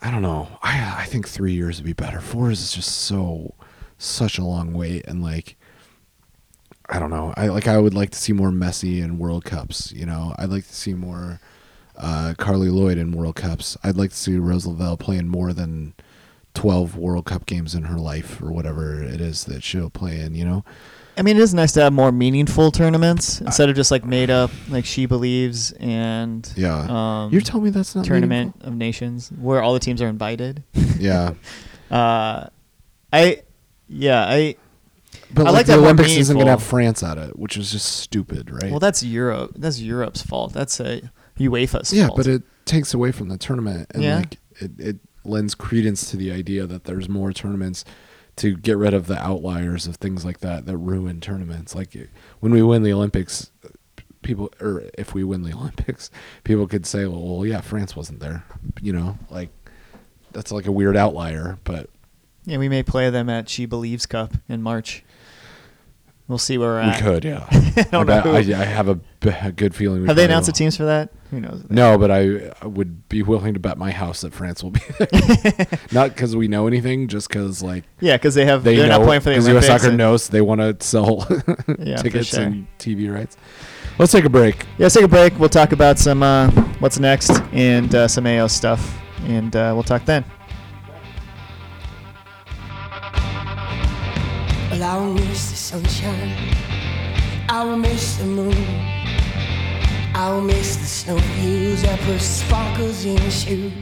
A: I don't know. I I think three years would be better. Four is just so such a long wait, and like I don't know. I like I would like to see more Messi in World Cups. You know, I'd like to see more uh, Carly Lloyd in World Cups. I'd like to see Roosevelt playing more than twelve World Cup games in her life or whatever it is that she'll play in. You know.
B: I mean, it is nice to have more meaningful tournaments instead of just like made up, like she believes, and
A: Yeah.
B: um,
A: You're telling me that's not
B: tournament
A: meaningful?
B: of nations where all the teams are invited.
A: Yeah.
B: Uh, I, yeah, I.
A: But
B: I
A: like,
B: like
A: the
B: that more
A: Olympics isn't gonna have
B: meaningful.
A: France at it, which is just stupid, right?
B: Well, that's Europe. That's Europe's fault. That's a UEFA's
A: yeah,
B: fault.
A: but it takes away from the tournament, and
B: Yeah.
A: like it, it lends credence to the idea that there's more tournaments to get rid of the outliers of things like that that ruin tournaments. Like it- when we win the Olympics, people or if we win the Olympics, people could say, "Well, yeah, France wasn't there," you know, like that's like a weird outlier, but
B: yeah, we may play them at She Believes Cup in March. We'll see where we're
A: we
B: at.
A: could, yeah.
B: don't
A: bet-
B: know.
A: I, I have a, b- a good feeling. we
B: Have they
A: probably
B: announced the
A: will.
B: teams for that? Who knows?
A: No, but I, I would be willing to bet my house that France will be there. not because we know anything, just because like
B: Yeah, because they have.
A: they
B: They are
A: know
B: not playing for the
A: 'cause
B: Olympics.
A: U.S. Soccer
B: and-
A: knows they want to sell
B: Yeah, for
A: tickets
B: sure.
A: and TV rights. Let's take a break.
B: Yeah, let's take a break. We'll talk about some uh, what's next and uh, some AO stuff, and uh, we'll talk then.
D: Well, I will miss the sunshine. I will miss the moon. I will miss the snowfields that put sparkles in your shoes.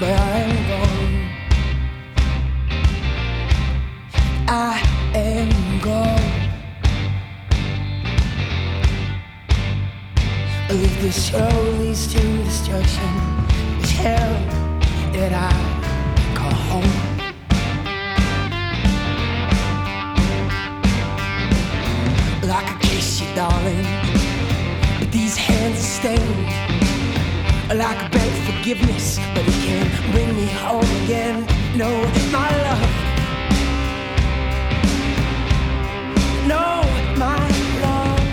D: But I am gone. I am gone. Well, if this show leads to destruction, it's hell that I call home. like a kiss you, darling. But these hands are stained. Like I beg forgiveness, but it can't bring me home again. no, my love. No, my love.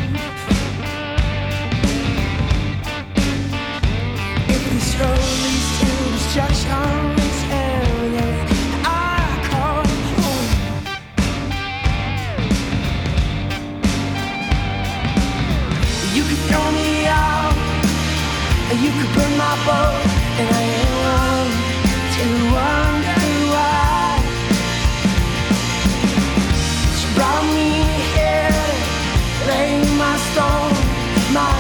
D: If this road leads to destruction's end, then I call home. You could throw me out, or you could burn my boat, and I ain't one to wonder why. She brought me here, laying my stone, my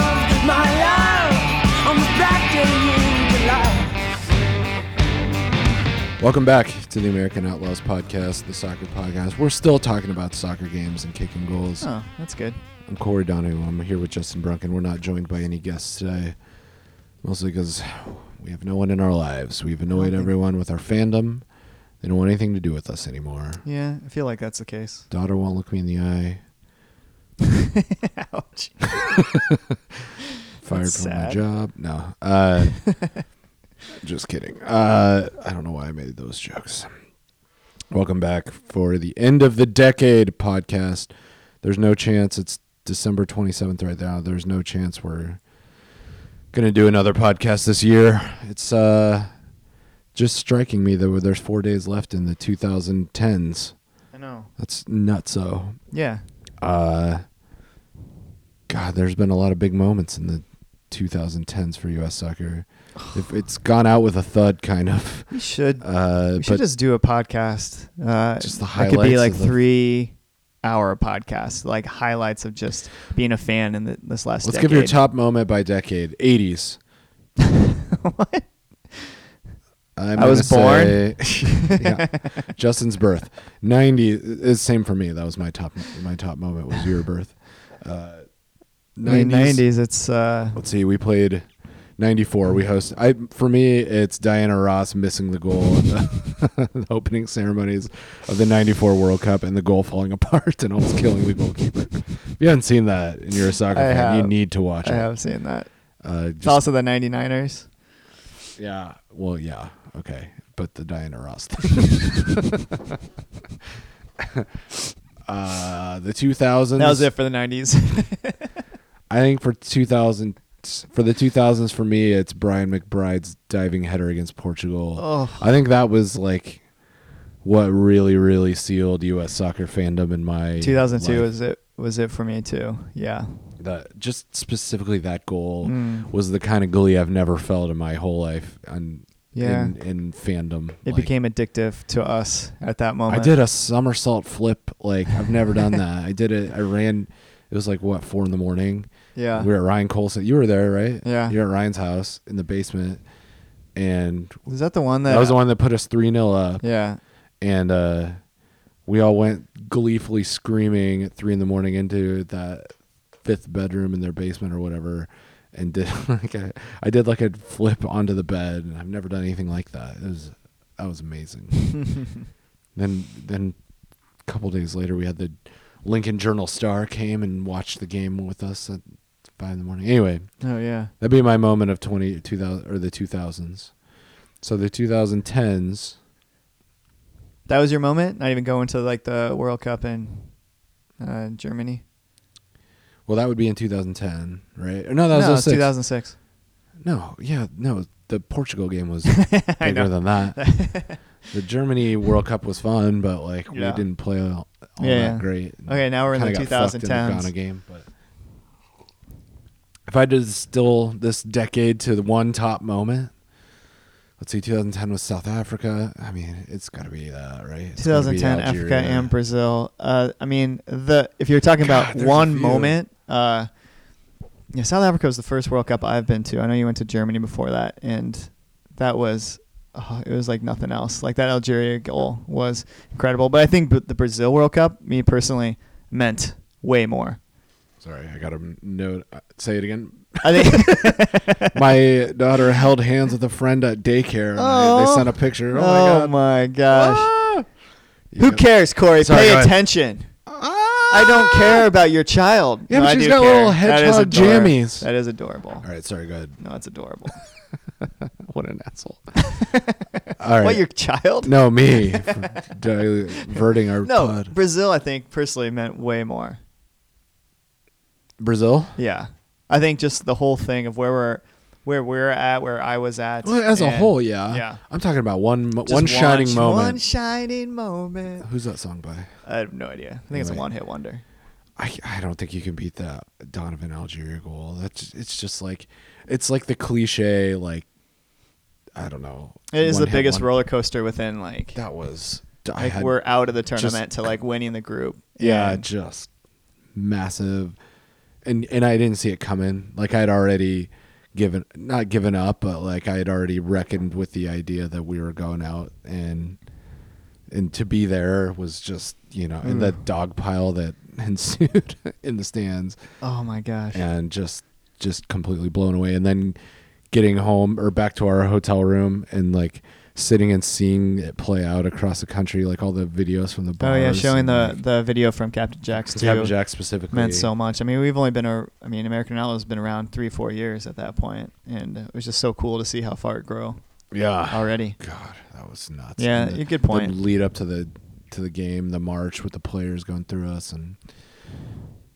D: love, my love, on the black day in July.
A: Welcome back to the American Outlaws podcast, the soccer podcast. We're still talking about soccer games and kicking goals.
B: Oh, that's good.
A: I'm Corey Donahue. I'm here with Justin Brunken. We're not joined by any guests today, mostly because we have no one in our lives. We've annoyed everyone with our fandom. They don't want anything to do with us anymore.
B: Yeah, I feel like that's the case.
A: Daughter won't look me in the eye.
B: Ouch.
A: Fired
B: That's
A: from my
B: sad.
A: job. No, uh, just kidding. Uh, I don't know why I made those jokes. Welcome back for the end of the decade podcast. There's no chance it's December 27th right now. There's no chance we're gonna do another podcast this year. It's uh, just striking me that there's four days left in the 2010s.
B: I know.
A: That's nutso.
B: Yeah.
A: Uh, God, there's been a lot of big moments in the 2010s for U.S. soccer. If it's gone out with a thud, kind of.
B: We should
A: Uh,
B: we should
A: but
B: just do a podcast. Uh,
A: Just the
B: It could be
A: highlights
B: like
A: of the-
B: three hour podcast, like highlights of just being a fan in the, this last.
A: let's
B: decade.
A: give your top moment by decade. 80s.
B: what?
A: I'm
B: I was
A: gonna say- yeah, Justin's birth. 90. It's same for me. That was my top. My top moment was your birth. Uh,
B: Nineties. It's uh,
A: let's see we played 94 we host i for me it's diana ross missing the goal in the, the opening ceremonies of the 94 world cup and the goal falling apart and almost killing the goalkeeper if you haven't seen that and you're a soccer
B: I
A: fan you
B: have.
A: need to watch
B: I
A: it
B: have seen that.
A: Uh,
B: It's
A: just-
B: also the 99ers.
A: yeah well yeah okay but the diana ross thing uh the 2000s
B: That was it for the 90s.
A: I think for 2000 for the 2000s for me it's Brian McBride's diving header against Portugal.
B: Oh.
A: I think that was like what really really sealed US soccer fandom in my
B: 2002
A: life.
B: was it was it for me too. Yeah.
A: that just specifically that goal
B: Mm.
A: was the kind of glee I've never felt in my whole life and
B: Yeah.
A: in, in fandom.
B: It
A: Like,
B: became addictive to us at that
A: I
B: moment.
A: did a somersault flip like I've never done that. I did it I ran it was like what 4 in the morning.
B: Yeah.
A: We were at Ryan Colson. You were there, right?
B: Yeah.
A: You're at Ryan's house in the basement. And
B: Is that the one that,
A: that was the one that put us 3 0 up.
B: Yeah.
A: And uh, we all went gleefully screaming at 3 in the morning into that fifth bedroom in their basement or whatever. And did like a, I did like a flip onto the bed, and I've never done anything like that. It was that was amazing. then then a couple days later, we had the Lincoln Journal Star came and watched the game with us at five in the morning. Anyway,
B: Oh yeah.
A: That'd be my moment of 20, 2000, or the 2000s. So the 2010s,
B: That was your moment? Not even going to like the World Cup in uh, Germany?
A: well, that would be in 2010, right? Or No, that was
B: no, it's
A: 06.
B: 2006.
A: No, yeah, no, the Portugal game was
B: I
A: bigger
B: know.
A: than that. the Germany World Cup was fun, but like
B: Yeah.
A: we didn't play all, all
B: Yeah,
A: that
B: yeah.
A: great.
B: Okay, now we're in the
A: Kinda got fucked in the
B: 2010s.
A: Ghana game, but if I had to distill this decade to the one top moment, let's see, 2010 was South Africa. I mean, it's got to be that, right? It's gotta be
B: 2010 Africa
A: Algeria.
B: and Brazil. Uh, I mean, the if you're talking
A: God,
B: about
A: there's a
B: one
A: few.
B: moment, uh, yeah, South Africa was the first World Cup I've been to. I know you went to Germany before that, and that was oh, it was like nothing else. Like that Algeria goal was incredible, but I think b- the Brazil World Cup, me personally, meant way more.
A: Sorry, I got to note. uh, Say it again.
B: I think.
A: My daughter held hands with a friend at daycare. And I- they
B: Oh.
A: sent a picture. Oh,
B: oh
A: my god!
B: my gosh.
A: Ah!
B: Who
A: Yeah.
B: cares, Corey?
A: Sorry, go
B: Pay
A: ahead.
B: attention.
A: Ah!
B: I don't care about your child.
A: Yeah,
B: No,
A: but
B: I
A: she's
B: do
A: got
B: care.
A: little
B: That is
A: hedgehog
B: adorable.
A: jammies.
B: That is adorable.
A: All right, sorry. Go ahead.
B: No, it's adorable.
A: what an asshole. All right.
B: What your child?
A: no, me. diverting our
B: No,
A: pod.
B: Brazil. I think personally meant way more.
A: Brazil?
B: Yeah, I think just the whole thing of where we're, where we're at, where I was at.
A: Well, as a
B: and-
A: whole, yeah.
B: yeah.
A: I'm talking about one mo-
B: Just
A: one shining
B: one-
A: moment.
B: One shining moment.
A: Who's that song by?
B: I have no idea. I think it's a
A: Anyway.
B: one-hit wonder.
A: I, I don't think you can beat that Donovan Algeria goal. That's it's just like it's like the cliche like I don't know.
B: It is the
A: one-hit
B: biggest
A: wonder.
B: roller coaster within like
A: That was I
B: like
A: had-
B: we're out of the
A: just-
B: tournament to like winning the group.
A: yeah,
B: And
A: just massive, and and I didn't see it coming. Like I'd already given not given up, but like I had already reckoned with the idea that we were going out and and to be there was just you know and the
B: Mm.
A: dog pile that ensued in the stands
B: oh my gosh.
A: and just just completely blown away and then getting home or back to our hotel room and like sitting and seeing it play out across the country like all the videos from the
B: Oh yeah,
A: bars
B: showing
A: and,
B: the
A: like,
B: the video from Captain Jack's too
A: Captain Jack specifically
B: meant so much. I mean, we've only been a I mean, American Idol has been around three four years at that point, and it was just so cool to see how far it grow
A: Yeah.
B: already.
A: God, that was nuts.
B: Yeah,
A: And the-
B: you- good
A: the
B: point.
A: lead up to the to the game, the march with the players going through us, and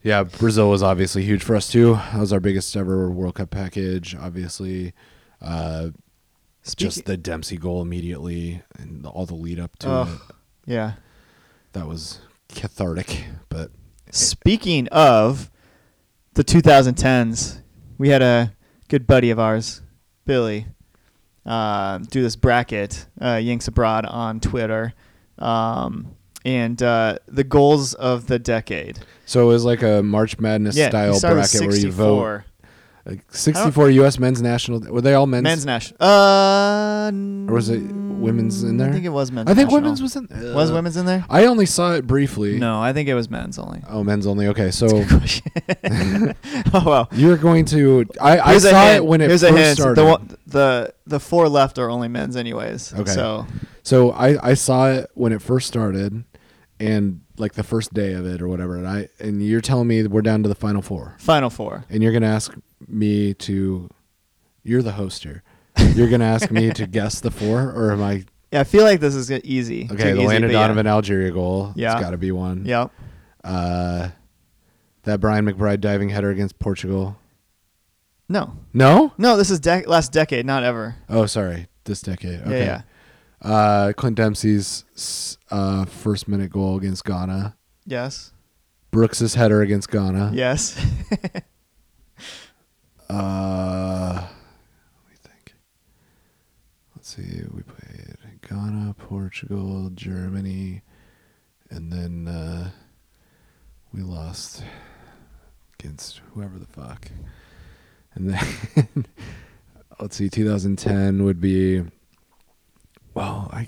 A: yeah, Brazil was obviously huge for us too. That was our biggest ever World Cup package. Obviously, uh, just the Dempsey goal immediately and all the lead up to
B: Ugh.
A: it.
B: yeah.
A: That was cathartic, but
B: Speaking of the 2010s, we had a good buddy of ours, Billy, uh, do this bracket, uh, Yanks Abroad on Twitter. Um, and uh, the goals of the decade.
A: so it was like a March Madness
B: Yeah,
A: style
B: you start with
A: bracket where you vote
B: 64.
A: like 64 U.S. men's national. Were they all men's?
B: Men's national. Uh, or
A: was it women's in there?
B: I think it was men's.
A: I think
B: national.
A: women's was in.
B: was
A: uh,
B: women's in there.
A: I only saw it briefly.
B: No, I think it was men's only.
A: Oh, men's only. Okay, so
B: oh well.
A: you're going to. I, I
B: Here's a
A: saw
B: hint.
A: it when it
B: Here's a
A: first
B: hint.
A: started.
B: The, one- the the four left are only men's, anyways.
A: Okay.
B: So
A: so I, I saw it when it first started, and like the first day of it or whatever. And I and you're telling me that we're down to the final four,
B: final four.
A: and you're gonna ask me to. You're the host here. You're gonna ask me to guess the four, or am I?
B: Yeah, I feel like this is easy.
A: Okay,
B: Too
A: the
B: easy,
A: Landon
B: but yeah.
A: Donovan Algeria goal.
B: Yeah.
A: it's got to be one.
B: Yep.
A: Uh, that Brian McBride diving header against Portugal.
B: No.
A: No.
B: No, this is dec last decade, not ever.
A: Oh, sorry. This decade. Okay.
B: Yeah,
A: Uh, Clint Dempsey's s- uh, first minute goal against Ghana.
B: yeah. Yes.
A: Brooks's header against Ghana.
B: Yes.
A: Uh, let me think. Let's see. We played Ghana, Portugal, Germany, and then uh, we lost against whoever the fuck. And then let's see. 2010 would be. Well, I.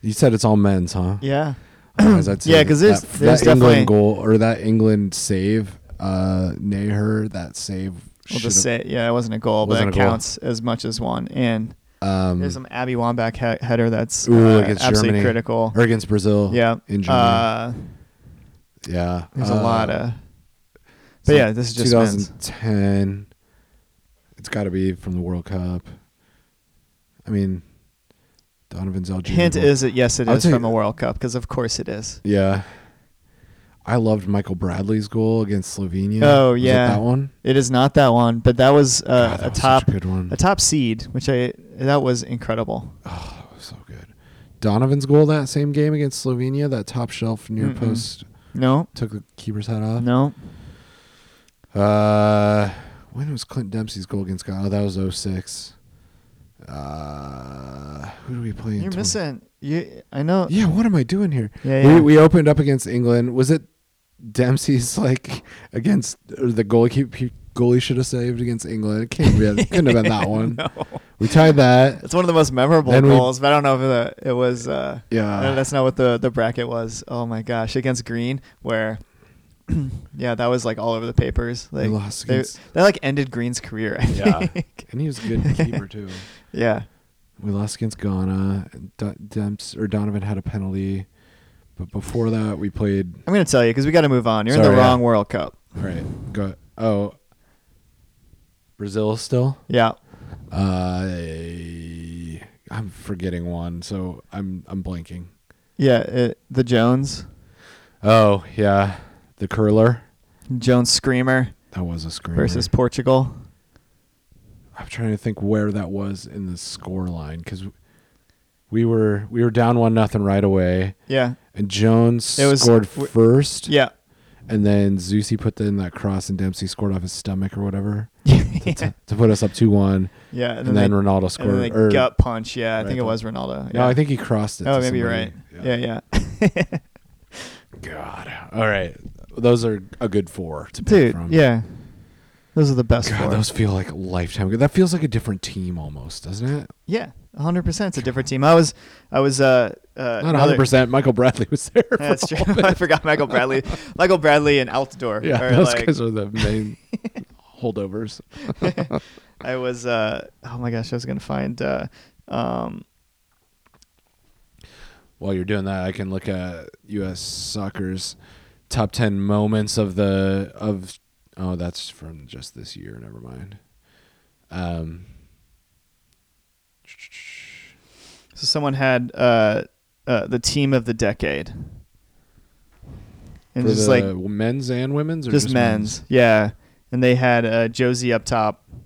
A: You said it's all men's, huh?
B: yeah.
A: Otherwise, I'd say
B: Yeah, 'cause there's-
A: that,
B: there's
A: that England
B: definitely-
A: goal or that England save, uh, Naher that save.
B: We'll
A: should've-
B: just say, yeah, it wasn't a goal,
A: Wasn't
B: but it
A: a goal.
B: counts as much as one. And
A: um,
B: there's some Abby Wambach he- header that's
A: Ooh,
B: uh,
A: against
B: absolutely
A: Germany.
B: critical.
A: or against Brazil.
B: Yeah.
A: in Germany.
B: Uh,
A: yeah,
B: there's
A: Uh,
B: a lot of. But
A: so
B: yeah, this is just men's.
A: 2010. It's got to be from the World Cup. I mean, Donovan's Algeria.
B: Hint
A: goal.
B: is that yes, it
A: I'll
B: is
A: tell
B: from
A: you-
B: a World Cup because of course it is.
A: yeah. I loved Michael Bradley's goal against Slovenia.
B: Oh,
A: Was it
B: yeah.
A: that one.
B: It is not that one, but that was, uh,
A: God, that
B: a
A: was
B: top
A: such a good one.
B: a top seed, which I that was incredible.
A: Oh, that was so good. Donovan's goal that same game against Slovenia, that top shelf near
B: Mm-mm.
A: post
B: No,
A: took the keeper's head off.
B: no,
A: Uh, when was Clint Dempsey's goal against Ghana? Oh, that was 06. Uh, who do we play? in
B: you're
A: 20
B: missing. You, I know.
A: Yeah, what am I doing here?
B: Yeah, yeah.
A: We, we opened up against England. Was it Dempsey's like against or the goalie goalie should have saved against England? It can't be, couldn't have been that one.
B: No.
A: We tied that.
B: It's one of the most memorable
A: Then we-
B: goals, but I don't know if the, it was. Uh,
A: Yeah.
B: no, that's not what the the bracket was. Oh my gosh, against Green, where. yeah, that was like all over the papers.
A: We
B: Like
A: lost
B: they,
A: against-
B: that like ended Green's career. I
A: Yeah.
B: think.
A: And he was a good keeper too.
B: yeah.
A: We lost against Ghana. D- Demps or Donovan had a penalty, but before that we played.
B: I'm gonna tell you because we got to move on. You're in
A: Sorry,
B: the
A: yeah.
B: wrong World Cup.
A: All right, go. Oh, Brazil still.
B: Yeah.
A: Uh, I'm forgetting one, so I'm I'm blanking.
B: Yeah, it, the Jones,
A: Oh yeah, the curler.
B: Jones Screamer
A: That was a screamer.
B: versus Portugal.
A: I'm trying to think where that was in the score line because we were we were down one nothing right away,
B: Yeah,
A: and Jones
B: It was-
A: scored
B: w-
A: first,
B: yeah,
A: and then Zusi put in that cross, and Dempsey scored off his stomach or whatever
B: yeah.
A: to, to put us up two one,
B: yeah.
A: and, then,
B: they-
A: Ronaldo
B: and then
A: scored.
B: they
A: or-
B: gut punch. Yeah, I think it
A: Right.
B: was Ronaldo.
A: no,
B: yeah.
A: I think he crossed it.
B: Oh,
A: to
B: maybe you're right.
A: somebody.
B: Yeah, yeah.
A: God. All right. Those are a good four to pick
B: Dude,
A: from.
B: yeah. Those are the best
A: God,
B: four.
A: those feel like a lifetime. ago. That feels like a different team almost, doesn't it?
B: Yeah, 100. percent It's a different team. I was, I was, uh, uh
A: Not
B: another-
A: 100%. Michael Bradley was there. for
B: That's true.
A: all of it.
B: I forgot Michael Bradley. Michael Bradley and Altidore.
A: Yeah,
B: are
A: those
B: like-
A: guys are the main holdovers.
B: I was. Uh, oh my gosh, I was gonna find. Uh, um,
A: While you're doing that, I can look at U.S. soccer's top 10 moments of the of oh, that's from just this year. Never mind. Um,
B: so someone had uh, uh, the team of the decade, and
A: for
B: just
A: the
B: like
A: men's and women's, or
B: just,
A: just
B: men's. Yeah, and they had uh, Josie up top,
A: I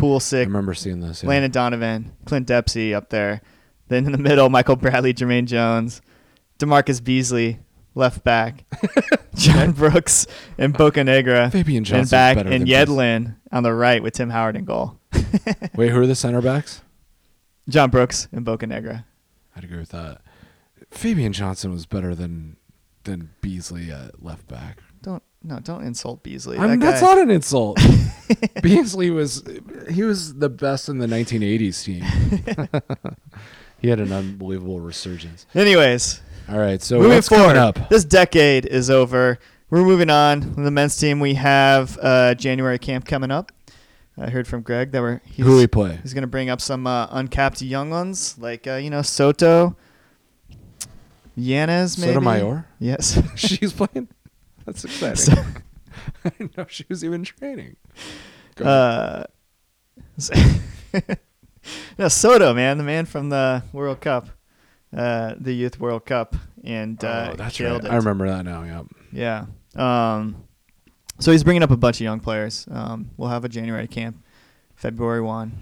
B: Pulisic,
A: remember seeing this. yeah.
B: Landon Donovan, Clint Dempsey up there. Then in the middle, Michael Bradley, Jermaine Jones, Demarcus Beasley, left back, John Brooks, and Bocanegra,
A: Fabian
B: and
A: Johnson's
B: back,
A: better
B: and
A: than Beasley.
B: Yedlin on the right with Tim Howard in goal.
A: Wait, who are the center backs?
B: John Brooks and Bocanegra.
A: I'd agree with that. Fabian Johnson was better than than Beasley at left back.
B: Don't no, don't insult Beasley.
A: I mean,
B: That
A: that's
B: guy-
A: not an insult. Beasley was he was the best in the 1980s team. he had an unbelievable resurgence.
B: Anyways,
A: All right, so
B: moving
A: what's
B: forward,
A: coming up?
B: this decade is over. We're moving on. On the men's team, we have uh, January camp coming up. I heard from Greg that we're he's,
A: Who we play?
B: He's going to bring up some uh, uncapped young ones, like uh, you know Soto, Yanez, maybe.
A: Sotomayor?
B: Yes.
A: She's playing. That's exciting.
B: So-
A: I didn't know she was even training. Go ahead.
B: uh, no, Soto, man, the man from the World Cup, uh, the Youth World Cup, and uh,
A: oh, that's right.
B: killed
A: I
B: it.
A: remember that now. Yeah.
B: Yeah. Um, so he's bringing up a bunch of young players. Um, we'll have a January camp, February one.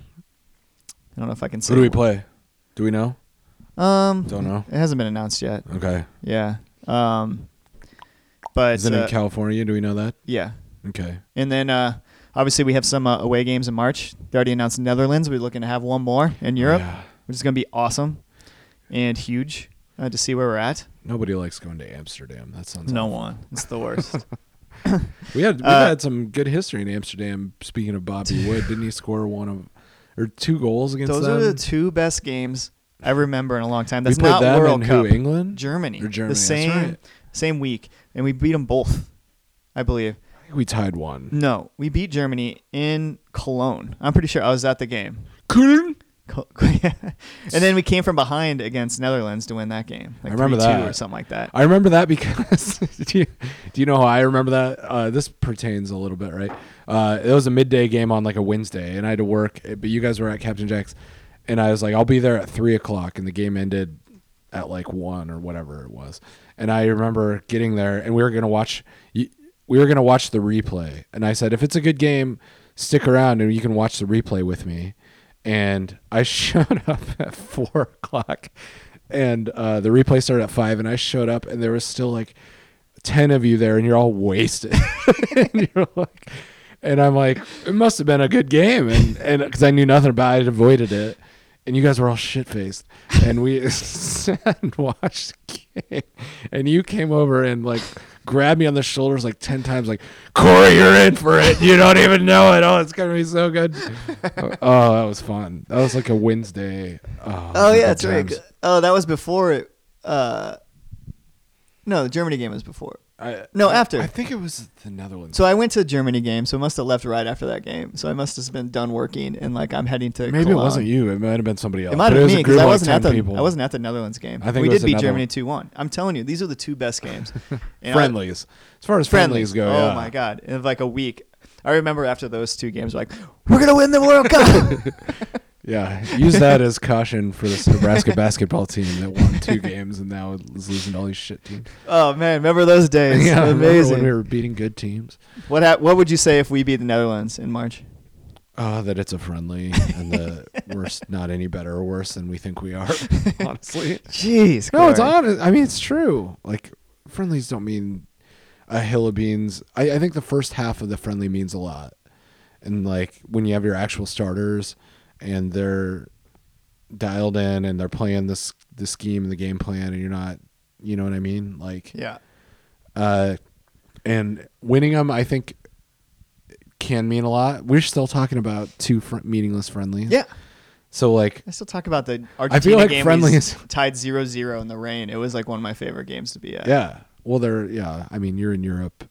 B: I don't know if I can say.
A: Who do we play? Do we know?
B: Um,
A: Don't know.
B: It hasn't been announced yet.
A: Okay.
B: Yeah. Um, but
A: Is it
B: uh,
A: in California? Do we know that?
B: yeah,
A: Okay.
B: and then uh, obviously we have some uh, away games in March. They already announced Netherlands. We're looking to have one more in Europe,
A: Oh, Yeah.
B: which is going to be awesome and huge uh, to see where we're at.
A: Nobody likes going to Amsterdam. That sounds
B: No
A: awful.
B: one. It's the worst.
A: We had we
B: Uh,
A: had some good history in Amsterdam. Speaking of Bobby Wood, didn't he score one of or two goals against
B: Those
A: them?
B: are the two best games I remember in a long time. That's
A: we played
B: not
A: them
B: World
A: and
B: Cup.
A: who England,
B: Germany.
A: or Germany.
B: The
A: that's
B: same
A: right.
B: same week, and we beat them both. I believe.
A: I think we tied one.
B: No, we beat Germany in Cologne. I'm pretty sure I was at the game.
A: Köln?
B: Co- and then we came from behind against Netherlands to win that game. Like
A: I remember
B: 3-2
A: that.
B: or something like that.
A: I remember that because do, you, do you know how I remember that? Uh, this pertains a little bit, right? Uh, it was a midday game on like a Wednesday, and I had to work. eh, But you guys were at Captain Jack's, and I was like, I'll be there at three o'clock, and the game ended at like one or whatever it was. And I remember getting there, and we were gonna watch. y- We were gonna watch the replay, and I said, if it's a good game, stick around, and you can watch the replay with me. And I showed up at four o'clock and uh, the replay started at five, and I showed up, and there was still like ten of you there, and you're all wasted, and you're like, and I'm like, it must have been a good game, and and because I knew nothing about, it, I avoided it, and you guys were all shit faced, and we sat and watched the game, and you came over and like grabbed me on the shoulders like ten times, like Corey, you're in for it, you don't even know it, oh, it's gonna be so good, oh, that was fun, that was like a Wednesday, oh,
B: Oh yeah,
A: good
B: that's right.
A: times.
B: Oh, that was before. it- Uh, no, the Germany game was before.
A: I,
B: No,
A: I-
B: after.
A: I think it was the Netherlands.
B: So I went to the Germany game, so I must have left right after that game. So I must have been done working, and like I'm heading to.
A: Maybe it
B: Cologne.
A: wasn't you. It might have been somebody else.
B: It might
A: But
B: have
A: was
B: been
A: a
B: me
A: group
B: because I
A: of, like,
B: wasn't
A: 10
B: at the
A: people.
B: I wasn't at the Netherlands game.
A: I think
B: we
A: it was
B: did beat
A: another
B: Germany
A: one.
B: two one. I'm telling you, these are the two best games. And I-
A: friendlies. As far as friendlies, go,
B: Oh
A: yeah.
B: my god! In like a week, I remember after those two games, like we're gonna win the World Cup.
A: Yeah, use that as caution for this Nebraska basketball team that won two games and now is losing to all these shit teams.
B: oh man, remember those days?
A: Yeah, I remember
B: Amazing.
A: When we were beating good teams.
B: What hap what would you say if we beat the Netherlands in March?
A: Oh, that it's a friendly and the we're s- not any better or worse than we think we are. Honestly,
B: Jeez.
A: no, it's
B: Corey.
A: honest. I mean, it's true. Like friendlies don't mean a hill of beans. I, I think the first half of the friendly means a lot, and like when you have your actual starters and they're dialed in and they're playing this the scheme and the game plan, and you're not, you know what I mean? Like,
B: Yeah.
A: uh, and winning them, I think, can mean a lot. We're still talking about two fr- meaningless friendlies.
B: Yeah.
A: So like,
B: I still talk about the Argentina
A: I feel like
B: game.
A: friendly
B: we
A: is-
B: tied 0-0 in the rain. It was like one of my favorite games to be at.
A: yeah. Well, they're yeah. I mean, you're in Europe.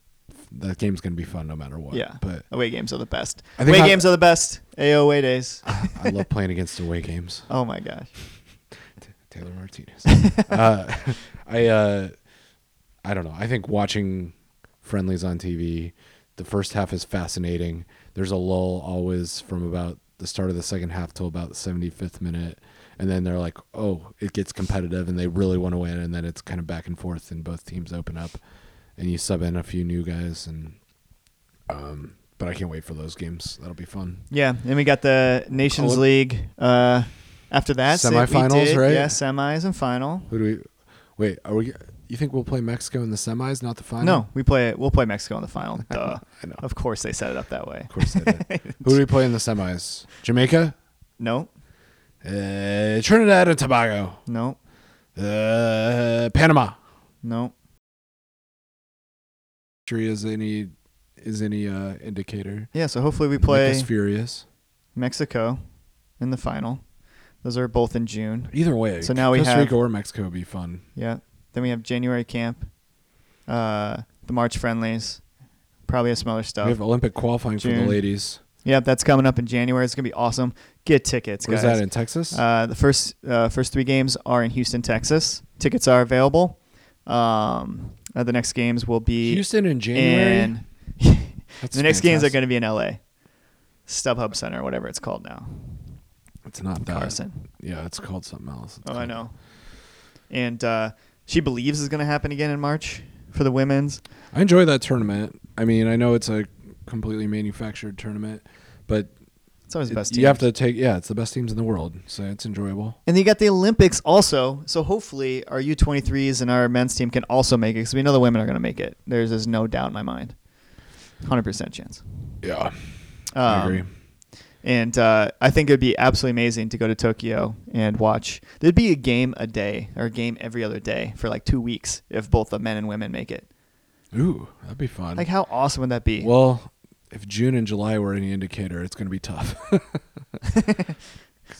A: That game's gonna be fun no matter what.
B: Yeah.
A: But
B: away games are the best.
A: I think
B: Away
A: I-
B: games are the best. AO away days.
A: I love playing against away games.
B: Oh my gosh.
A: Taylor Martinez. uh, I uh, I don't know. I think watching friendlies on TV, the first half is fascinating. There's a lull always from about the start of the second half till about the 75th minute, and then they're like, oh, it gets competitive, and they really want to win, and then it's kind of back and forth, and both teams open up, and you sub in a few new guys, and um, but I can't wait for those games. That'll be fun.
B: Yeah, and we got the Nations
A: Colin-
B: League uh, after that. so we
A: Semifinals,
B: did-
A: right?
B: Yeah, semis and final.
A: Who do we? Wait, are we? You think we'll play Mexico in the semis, not the final?
B: No, we play. We'll play Mexico in the final. Duh.
A: I know.
B: Of course, they set it up that way.
A: Of course they did. Who do we play in the semis? Jamaica?
B: No,
A: Uh, Trinidad and Tobago.
B: no,
A: Uh, Panama.
B: no.
A: Sure is any is any uh, indicator.
B: Yeah, so hopefully we
A: Make us
B: play
A: furious.
B: Mexico in the final. Those are both in June.
A: Either way.
B: So now we
A: Costa
B: have-
A: Rica or Mexico would be fun.
B: Yeah. Then we have January camp, uh, the March friendlies, probably some other
A: We
B: stuff.
A: have Olympic qualifying for
B: June.
A: the ladies.
B: Yeah, that's coming up in January. It's gonna be awesome. Get tickets,
A: What is
B: guys.
A: that in Texas?
B: Uh, the first uh, first three games are in Houston, Texas. Tickets are available. Um, uh, the next games will be
A: Houston in January.
B: in-
A: That's
B: the next games are
A: fantastic.
B: going to be in L.A. StubHub Center, whatever it's called now.
A: It's not that.
B: Carson.
A: Yeah, it's called something else. It's
B: Oh, I
A: called-
B: know. And uh, she believes is going to happen again in March for the women's.
A: I enjoy that tournament. I mean, I know it's a completely manufactured tournament, but
B: It's always the
A: It-
B: best.
A: You have
B: teams.
A: to take yeah, it's the best teams in the world, so it's enjoyable.
B: And then you got the Olympics also. So hopefully our U23s and our men's team can also make it because we know the women are going to make it. There's just no doubt in my mind. 100% chance.
A: Yeah,
B: Um,
A: I agree.
B: And uh, I think it'd be absolutely amazing to go to Tokyo and watch. There'd be a game a day or a game every other day for like two weeks if both the men and women make it.
A: Ooh, that'd be fun.
B: Like, how awesome would that be?
A: well, if June and July were any indicator, it's going to be tough.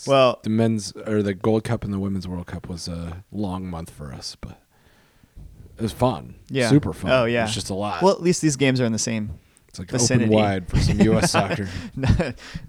B: Well,
A: the men's or the Gold Cup and the Women's World Cup was a long month for us, but it was fun.
B: yeah.
A: super fun.
B: Oh, yeah.
A: it's just a lot.
B: Well, at least these games are in the same
A: it's like
B: vicinity.
A: open wide for some U.S. soccer.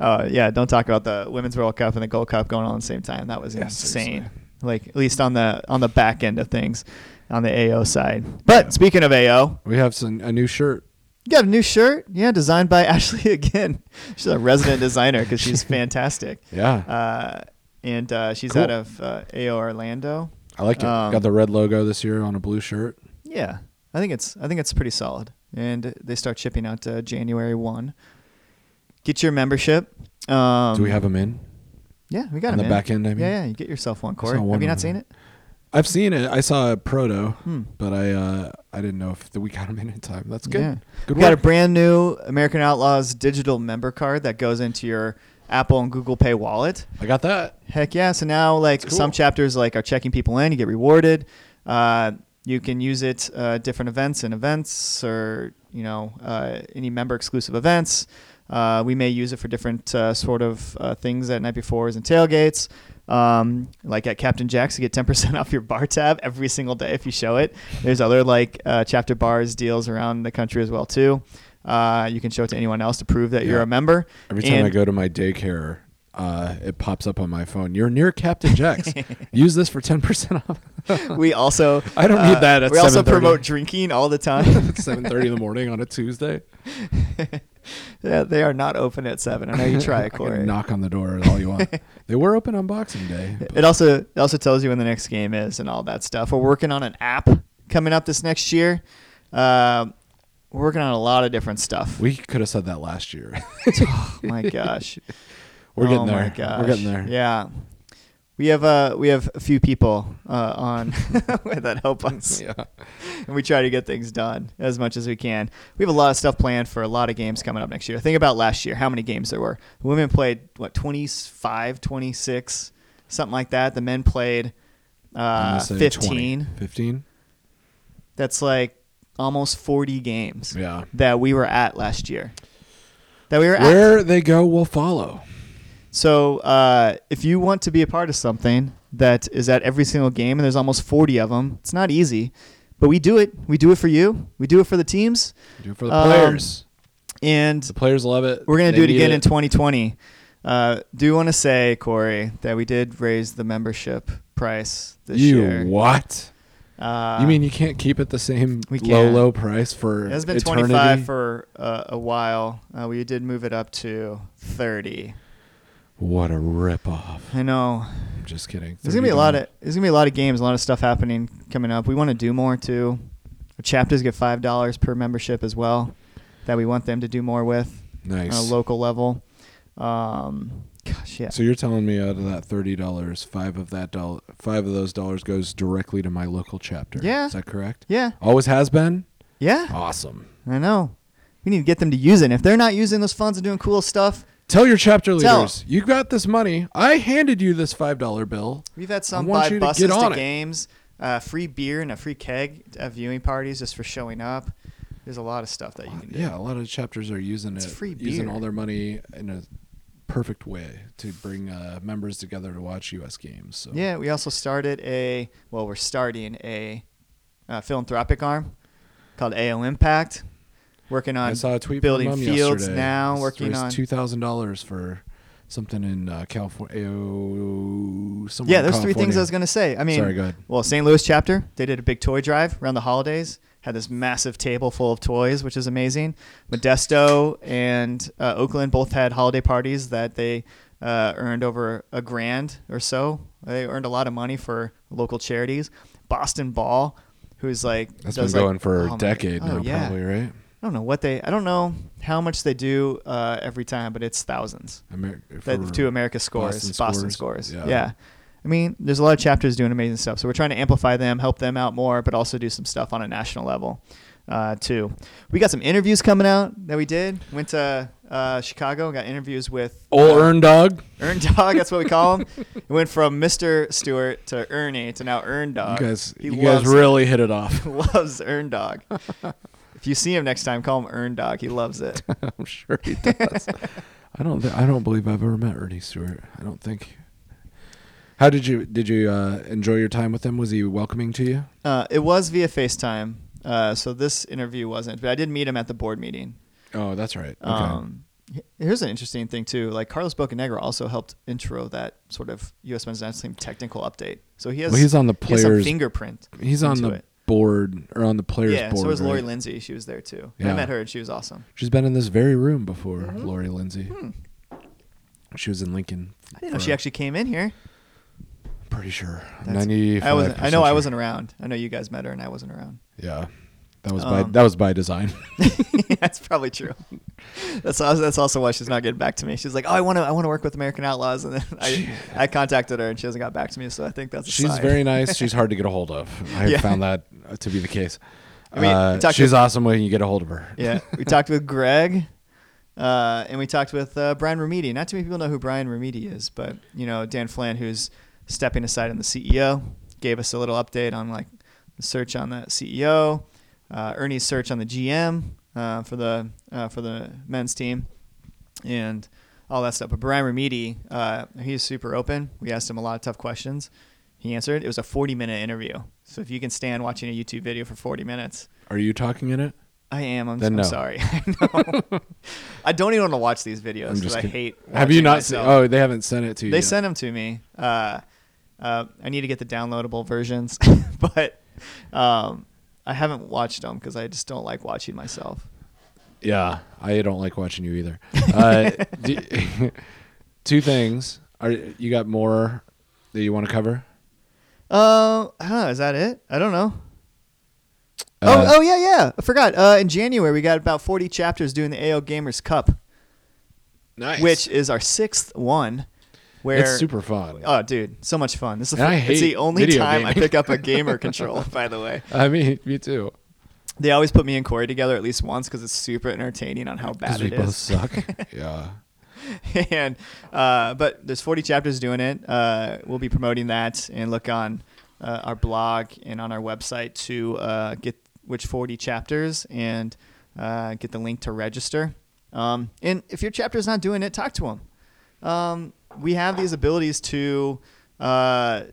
B: uh, yeah, don't talk about the women's World Cup and the Gold Cup going on at the same time. That was
A: Yeah,
B: insane.
A: seriously.
B: Like at least on the on the back end of things, on the AO side. But speaking of AO,
A: We have some a new shirt.
B: you got a new shirt. Yeah, designed by Ashley again. She's a resident designer because she's fantastic.
A: Yeah,
B: Uh, and uh, she's
A: Cool.
B: out of uh, AO Orlando.
A: I like it.
B: um,
A: Got the red logo this year on a blue shirt.
B: Yeah, I think it's I think it's pretty solid, and they start shipping out uh, January one. Get your membership. Um,
A: Do we have them in?
B: Yeah, we got
A: on
B: it.
A: the back end, I mean?
B: yeah, yeah. You get yourself one, Corey.
A: saw one
B: Have you
A: of
B: not seen it?
A: I've seen it. I saw a proto,
B: Hmm.
A: but I uh, I didn't know if the, we got them in in time. That's good.
B: Yeah.
A: Good
B: we got a
A: work.
B: brand new American Outlaws digital member card that goes into your Apple and Google Pay wallet.
A: I got that.
B: Heck yeah! So now, like
A: That's cool.
B: some chapters, like are checking people in, you get rewarded. Uh, you can use it uh, different events and events, or you know, uh, any member exclusive events. Uh, we may use it for different uh, sort of uh, things at night befores and tailgates. Um, like at Captain Jack's, you get 10% off your bar tab every single day if you show it. There's other like uh, chapter bars deals around the country as well too. Uh, you can show it to anyone else to prove that you're
A: Yeah.
B: a member.
A: Every time
B: And-
A: I go to my daycare, uh, it pops up on my phone. You're near Captain Jack's. Use this for ten percent off.
B: We also uh,
A: I don't need that at
B: we also
A: 7:30.
B: promote drinking all the time.
A: It's seven thirty in the morning on a Tuesday.
B: yeah, they are not open at seven. I know you try,
A: I can
B: Corey.
A: knock on the door all you want. they were open on Boxing Day. but-
B: It also it also tells you when the next game is and all that stuff. We're working on an app coming up this next year. Um, we're working on a lot of different stuff.
A: we could have said that last year.
B: oh my gosh,
A: We're getting
B: oh
A: there.
B: My gosh.
A: We're getting there.
B: Yeah, we have uh we have a few people uh, on that help us,
A: Yeah.
B: and we try to get things done as much as we can. We have a lot of stuff planned for a lot of games coming up next year. Think about last year, how many games there were. The women played what 25, 26, something like that. The men played
A: I'm
B: uh,
A: gonna say
B: 15.
A: 20. 15?
B: That's like almost 40 games
A: Yeah.
B: that we were at last year. That we were at.
A: Where they go, we'll follow.
B: So uh, if you want to be a part of something that is at every single game, and there's almost 40 of them, it's not easy, but we do it. We do it for you. We do it for the teams,
A: Do it for the
B: Um,
A: players.
B: and
A: The players love it.
B: we're gonna
A: They
B: do it
A: need
B: again in 2020. Uh, do want to say, Corey, that we did raise the membership price this
A: You
B: year.
A: what?
B: Uh,
A: you mean you can't keep it the same
B: we
A: low
B: can.
A: low price for
B: It has been
A: eternity?
B: 25 for uh, a while. Uh, we did move it up to 30.
A: What a ripoff!
B: I know.
A: I'm just kidding.
B: There's gonna be a lot of there's gonna be a lot of games, a lot of stuff happening coming up. We want to do more too. Our chapters get five dollars per membership as well, that we want them to do more with
A: nice.
B: on a local level. Um, gosh, yeah,
A: So you're telling me out of that thirty dollars, five of that dollar, five of those dollars goes directly to my local chapter.
B: Yeah.
A: is that correct?
B: yeah,
A: Always has been.
B: yeah.
A: Awesome.
B: I know. We need to get them to use it. And if they're not using those funds and doing cool stuff,
A: Tell your chapter
B: Tell 'em.
A: leaders you got this money. I handed you this five dollar bill.
B: we've had
A: I
B: some
A: want
B: buy
A: you to
B: buses
A: get
B: to,
A: on it.
B: games, uh, free beer and a free keg at viewing parties just for showing up. There's a lot of stuff that you can do.
A: Yeah, a lot of chapters are using
B: It's
A: it,
B: free
A: using
B: beer.
A: all their money in a perfect way to bring uh, members together to watch U.S. games. So
B: Yeah, we also started a well, we're starting a uh, philanthropic arm called AO Impact. Working on
A: I saw a tweet
B: building
A: from Mum
B: fields
A: yesterday.
B: now,
A: It's
B: working
A: raised
B: on
A: two thousand dollars for something in uh, California. Oh, somewhere
B: yeah.
A: in
B: There's three things
A: California.
B: I was gonna say. I mean,
A: Sorry, go ahead.
B: well, St. Louis chapter they did a big toy drive around the holidays. Had this massive table full of toys, which is amazing. Modesto and uh, Oakland both had holiday parties that they uh, earned over a grand or so. They earned a lot of money for local charities. Boston Ball, who's like
A: That's
B: does,
A: been
B: like-
A: going for
B: oh my-
A: a decade
B: oh,
A: now,
B: yeah.
A: probably, right?
B: I don't know what they. I don't know how much they do uh, every time, but it's thousands.
A: Ameri-
B: That
A: for-
B: to America scores, Boston, scores. Yeah. I mean, there's a lot of chapters doing amazing stuff. So we're trying to amplify them, help them out more, but also do some stuff on a national level uh, too. We got some interviews coming out that we did. Went to uh, Chicago and got interviews with
A: Old
B: uh,
A: Earn Dog.
B: Earn Dog. That's what we call him. it went from Mr. Stewart to Ernie to now Earn
A: You
B: Dog.
A: guys,
B: uh, He
A: you guys
B: loves-
A: really hit it off.
B: loves Earn Dog. if you see him next time, call him Earn Dog. He loves it.
A: I'm sure he does. I don't. Th- I don't believe I've ever met Ernie Stewart. I don't think. How did you did you uh, enjoy your time with him? Was he welcoming to you?
B: Uh, it was via FaceTime, uh, so this interview wasn't. But I did meet him at the board meeting.
A: Oh, that's right. Okay.
B: Um, h- Here's an interesting thing too. Like Carlos Bocanegra also helped intro that sort of U.S. Men's National Team technical update. So he has.
A: Well, he's on the
B: he has some
A: players-
B: fingerprint.
A: He's on
B: into
A: the
B: it.
A: board or on the players
B: Yeah.
A: board.
B: so was Lori
A: right?
B: Lindsay. She was there too.
A: Yeah.
B: I met her and she was awesome.
A: She's been in this very room before,
B: Mm-hmm.
A: Lori Lindsay. She was in Lincoln.
B: Hmm. I didn't know she actually came in here.
A: I'm pretty sure.
B: That's-
A: Ninety.
B: I wasn't. I know I wasn't around. I know you guys met her and I wasn't around.
A: Yeah, that was by
B: Um,
A: that was by design.
B: that's probably true. That's also, that's also why she's not getting back to me. She's like, oh, I want to I want to work with American Outlaws, and then I, I contacted her and she hasn't got back to me. So I think that's a
A: She's
B: sign.
A: very nice. She's hard to get a hold of. I
B: Yeah.
A: found that uh, to be the case.
B: I mean,
A: Uh,
B: we talked
A: she's
B: to-
A: awesome when you get a hold of her.
B: yeah. We talked with Greg, uh, and we talked with uh, Brian Ramidi. Not too many people know who Brian Ramidi is, but you know Dan Flan, who's stepping aside on the CEO, gave us a little update on like the search on the CEO, uh, Ernie's search on the GM uh, for the uh, for the men's team. and all that stuff. But Brian Ramidi, uh, he's super open. We asked him a lot of tough questions. He answered. It was a 40 minute interview. So if you can stand watching a YouTube video for 40 minutes,
A: Are you talking in it?
B: I am. I'm,
A: Then
B: I'm
A: no.
B: sorry. I know. I don't even want to watch these videos
A: I'm just
B: because I
A: kidding.
B: hate.
A: Have you
B: watching
A: not seen?
B: myself.
A: Oh, they haven't sent it to you.
B: They
A: yet.
B: sent them to me. Uh, uh, I need to get the downloadable versions, but um, I haven't watched them because I just don't like watching myself.
A: Yeah, I don't like watching you either. Uh, do, two things. Are you got more that you want to cover?
B: Uh, huh, is that it? I don't know.
A: Uh,
B: oh, oh yeah, yeah. I forgot. Uh, in January we got about 40 chapters doing the AO Gamers Cup,
A: nice.
B: which is our sixth one. Where
A: it's super fun.
B: Oh, dude, so much fun! This is the,
A: And I
B: it's the
A: hate
B: only
A: video
B: time I
A: gaming.
B: pick up a gamer control. By the way,
A: I mean, me too.
B: they always put me and Corey together at least once because it's super entertaining on how
A: Because
B: bad it
A: we
B: is.
A: both suck. yeah.
B: and uh, but there's 40 chapters doing it. Uh, we'll be promoting that and look on uh, our blog and on our website to uh, get which 40 chapters and uh, get the link to register. Um, and if your chapter's not doing it, talk to them. Um, we have these abilities to. Uh,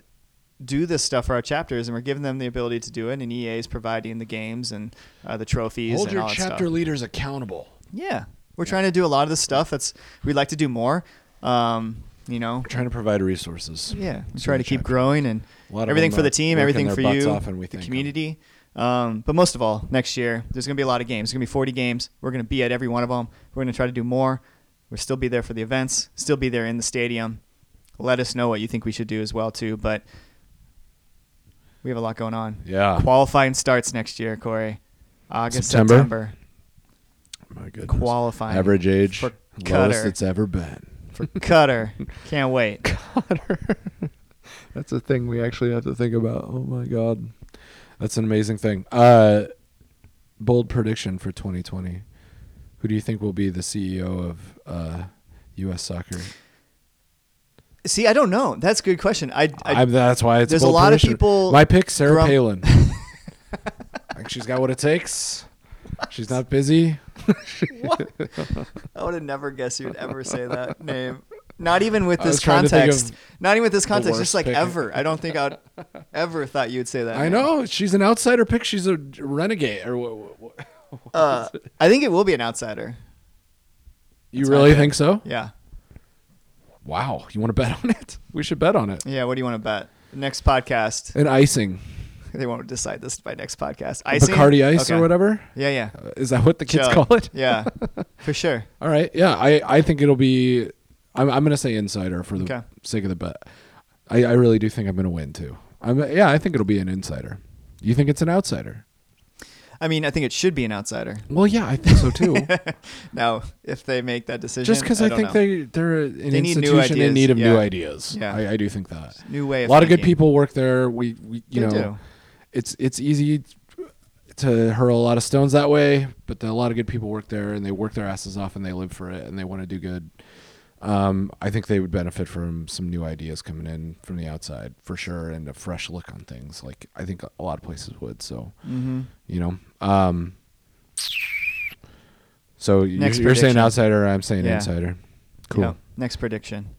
B: do this stuff for our chapters, and we're giving them the ability to do it. And EA is providing the games and uh, the trophies.
A: Hold
B: and
A: your
B: all that stuff.
A: chapter leaders accountable.
B: Yeah, we're trying to do a lot of the stuff that's we'd like to do more. Um, you know,
A: We're trying to provide resources.
B: yeah, we
A: So
B: try
A: we
B: to keep
A: check.
B: growing and
A: A lot of
B: everything
A: them
B: for
A: are
B: the team,
A: working
B: everything
A: their
B: for
A: butts
B: you,
A: off and we
B: the
A: thank 'em.
B: community. Um, but most of all, next year there's going to be a lot of games. There's going to be 40 games. We're going to be at every one of them. We're going to try to do more. We'll still be there for the events. Still be there in the stadium. Let us know what you think we should do as well too. But we have a lot going on.
A: Yeah.
B: Qualifying starts next year, Corey. August,
A: September?
B: September.
A: My goodness.
B: Qualifying.
A: Average age.
B: for
A: lowest
B: Qatar.
A: it's ever been.
B: for Cutter. Can't wait.
A: That's a thing we actually have to think about. Oh my god. That's an amazing thing. Uh bold prediction for 2020. Who do you think will be the CEO of uh US soccer?
B: See, I don't know. That's a good question. I,
A: I,
B: I
A: that's why it's
B: there's
A: bold
B: a lot of
A: prediction.
B: people
A: My pick Sarah
B: grum-
A: Palin. I think she's got what it takes. She's not busy.
B: I would have never guessed you'd ever say that name. Not even with
A: I
B: this
A: was trying to think of
B: context. Not even with this context.
A: worst
B: Just like
A: pick.
B: ever. I don't think I'd ever thought you'd say that.
A: I
B: name.
A: know she's an outsider pick. She's a renegade. Or what,
B: Uh, I think it will be an outsider.
A: you
B: That's my
A: really
B: pick.
A: think so?
B: Yeah.
A: Wow. You want to bet on it? We should bet on it.
B: Yeah. What do you want to bet? Next podcast.
A: And icing.
B: They won't decide this by next podcast.
A: A
B: Icing?
A: Bacardi Ice
B: Okay.
A: or whatever.
B: Yeah. Yeah.
A: Uh, Is that what the kids
B: Chug.
A: call it?
B: yeah. For sure.
A: All right. Yeah. I, I think it'll be. I'm, I'm going to say insider for the
B: Okay.
A: sake of the bet. I, I really do think I'm going to win too. I'm, yeah, I think it'll be an insider. You think it's an outsider?
B: I mean, I think it should be an outsider.
A: Well, yeah, I think so too.
B: Now, if they make that decision,
A: Just because I,
B: don't
A: think
B: know.
A: they they're an
B: They need new
A: institution in
B: ideas.
A: need of new
B: Yeah.
A: ideas.
B: Yeah.
A: I, I do think that.
B: new way.
A: a
B: Of
A: lot of good
B: thinking.
A: people work there. We, we you
B: They
A: know,
B: do.
A: it's it's easy to hurl a lot of stones that way, but a lot of good people work there and they work their asses off and they live for it and they want to do good. Um, I think they would benefit from some new ideas coming in from the outside for sure and a fresh look on things. Like I think a lot of places would. So
B: Mm-hmm.
A: you know, um, so you're,
B: Next
A: you're saying
B: prediction.
A: outsider, I'm saying
B: Yeah.
A: insider. Cool.
B: Yeah. Next prediction.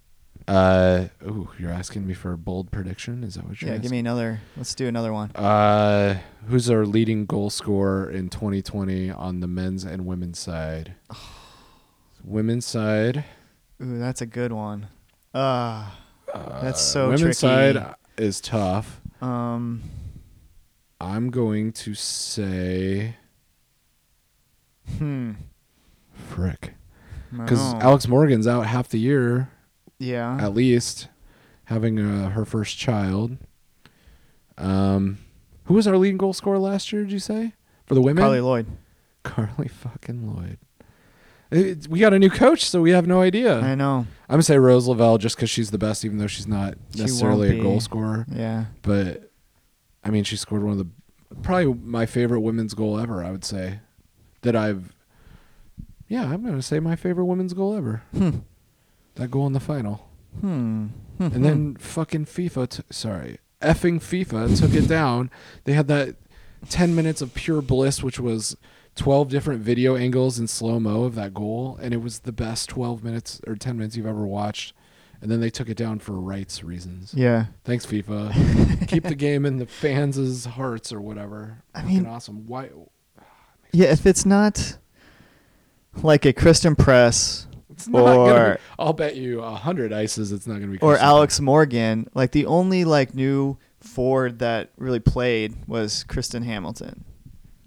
A: Uh, ooh, you're asking me for a bold prediction? Is that what you're?
B: yeah, give
A: asking?
B: me another. Let's do another one.
A: Uh, who's our leading goal scorer in 2020 on the men's and women's side? women's side.
B: Ooh, that's a good one. Uh, that's so
A: Uh, women's
B: tricky.
A: side is tough.
B: Um,
A: I'm going to say
B: hmm.
A: frick
B: I
A: because
B: don't know.
A: Alex Morgan's out half the year
B: yeah.
A: at least, having uh, her first child. Um, who was our leading goal scorer last year? Did you say for the women?
B: Carly Lloyd.
A: Carly fucking Lloyd. It- we got a new coach, so we have no idea.
B: I know.
A: I'm gonna say Rose Lavelle just because she's the best, even though she's not
B: She won't
A: necessarily a goal
B: be.
A: scorer.
B: Yeah.
A: But I mean, she scored one of the probably my favorite women's goal ever. I would say that I've. Yeah, I'm gonna say my favorite women's goal ever.
B: Hmm.
A: That goal in the final,
B: Hmm.
A: and then fucking FIFA. T- sorry, effing FIFA took it down. They had that ten minutes of pure bliss, which was. 12 different video angles in slow mo of that goal and it was the best 12 minutes or 10 minutes you've ever watched and then they took it down for rights reasons
B: Yeah.
A: Thanks, FIFA. Keep the game in the fans' hearts or whatever.
B: I
A: Fucking
B: mean-
A: awesome. Why?
B: Yeah, if it's not like a Kristen Press
A: It's not gonna
B: Or-
A: be, I'll bet you a hundred ices it's not going to be.
B: or
A: Christopher.
B: Alex Morgan, like the only like new Ford that really played was Kristen Hamilton.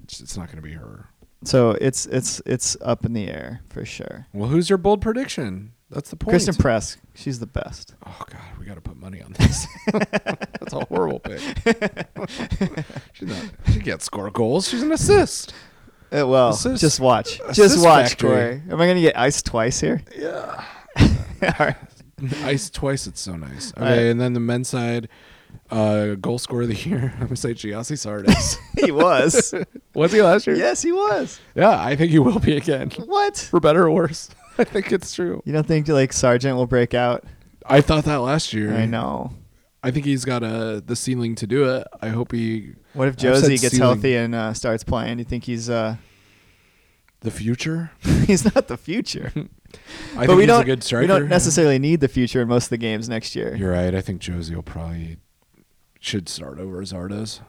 A: It's it's not going to be her.
B: So it's it's it's up in the air for sure.
A: Well, who's your bold prediction? That's the point.
B: Kristen Press, she's the best.
A: Oh God, we got to put money on this. That's a horrible pick. She's not, she can't score goals. She's an assist.
B: Uh, well,
A: Assist-
B: just watch,
A: assist
B: just watch,
A: factory.
B: Corey. Am I gonna get iced twice here?
A: Yeah.
B: All right.
A: Ice twice. It's so nice. Okay,
B: All right.
A: and then the men's side, uh, goal scorer of the year. I'm gonna say Giassi Sardes.
B: He was.
A: was he last year?
B: yes, he was.
A: Yeah, I think he will be again,
B: What?
A: for better or worse. I think it's true.
B: You don't think like Sargent will break out?
A: I thought that last year.
B: I know.
A: I think he's got a the ceiling to do it. I hope he
B: What if
A: I've said
B: Josie gets
A: ceiling.
B: healthy and uh, starts playing? Do you think he's uh
A: the future.
B: he's not the future?
A: I
B: but
A: think
B: we
A: he's
B: don't
A: a good striker.
B: we don't necessarily need the future in most of the games next year.
A: You're right. I think Josie will probably should start over Zardes,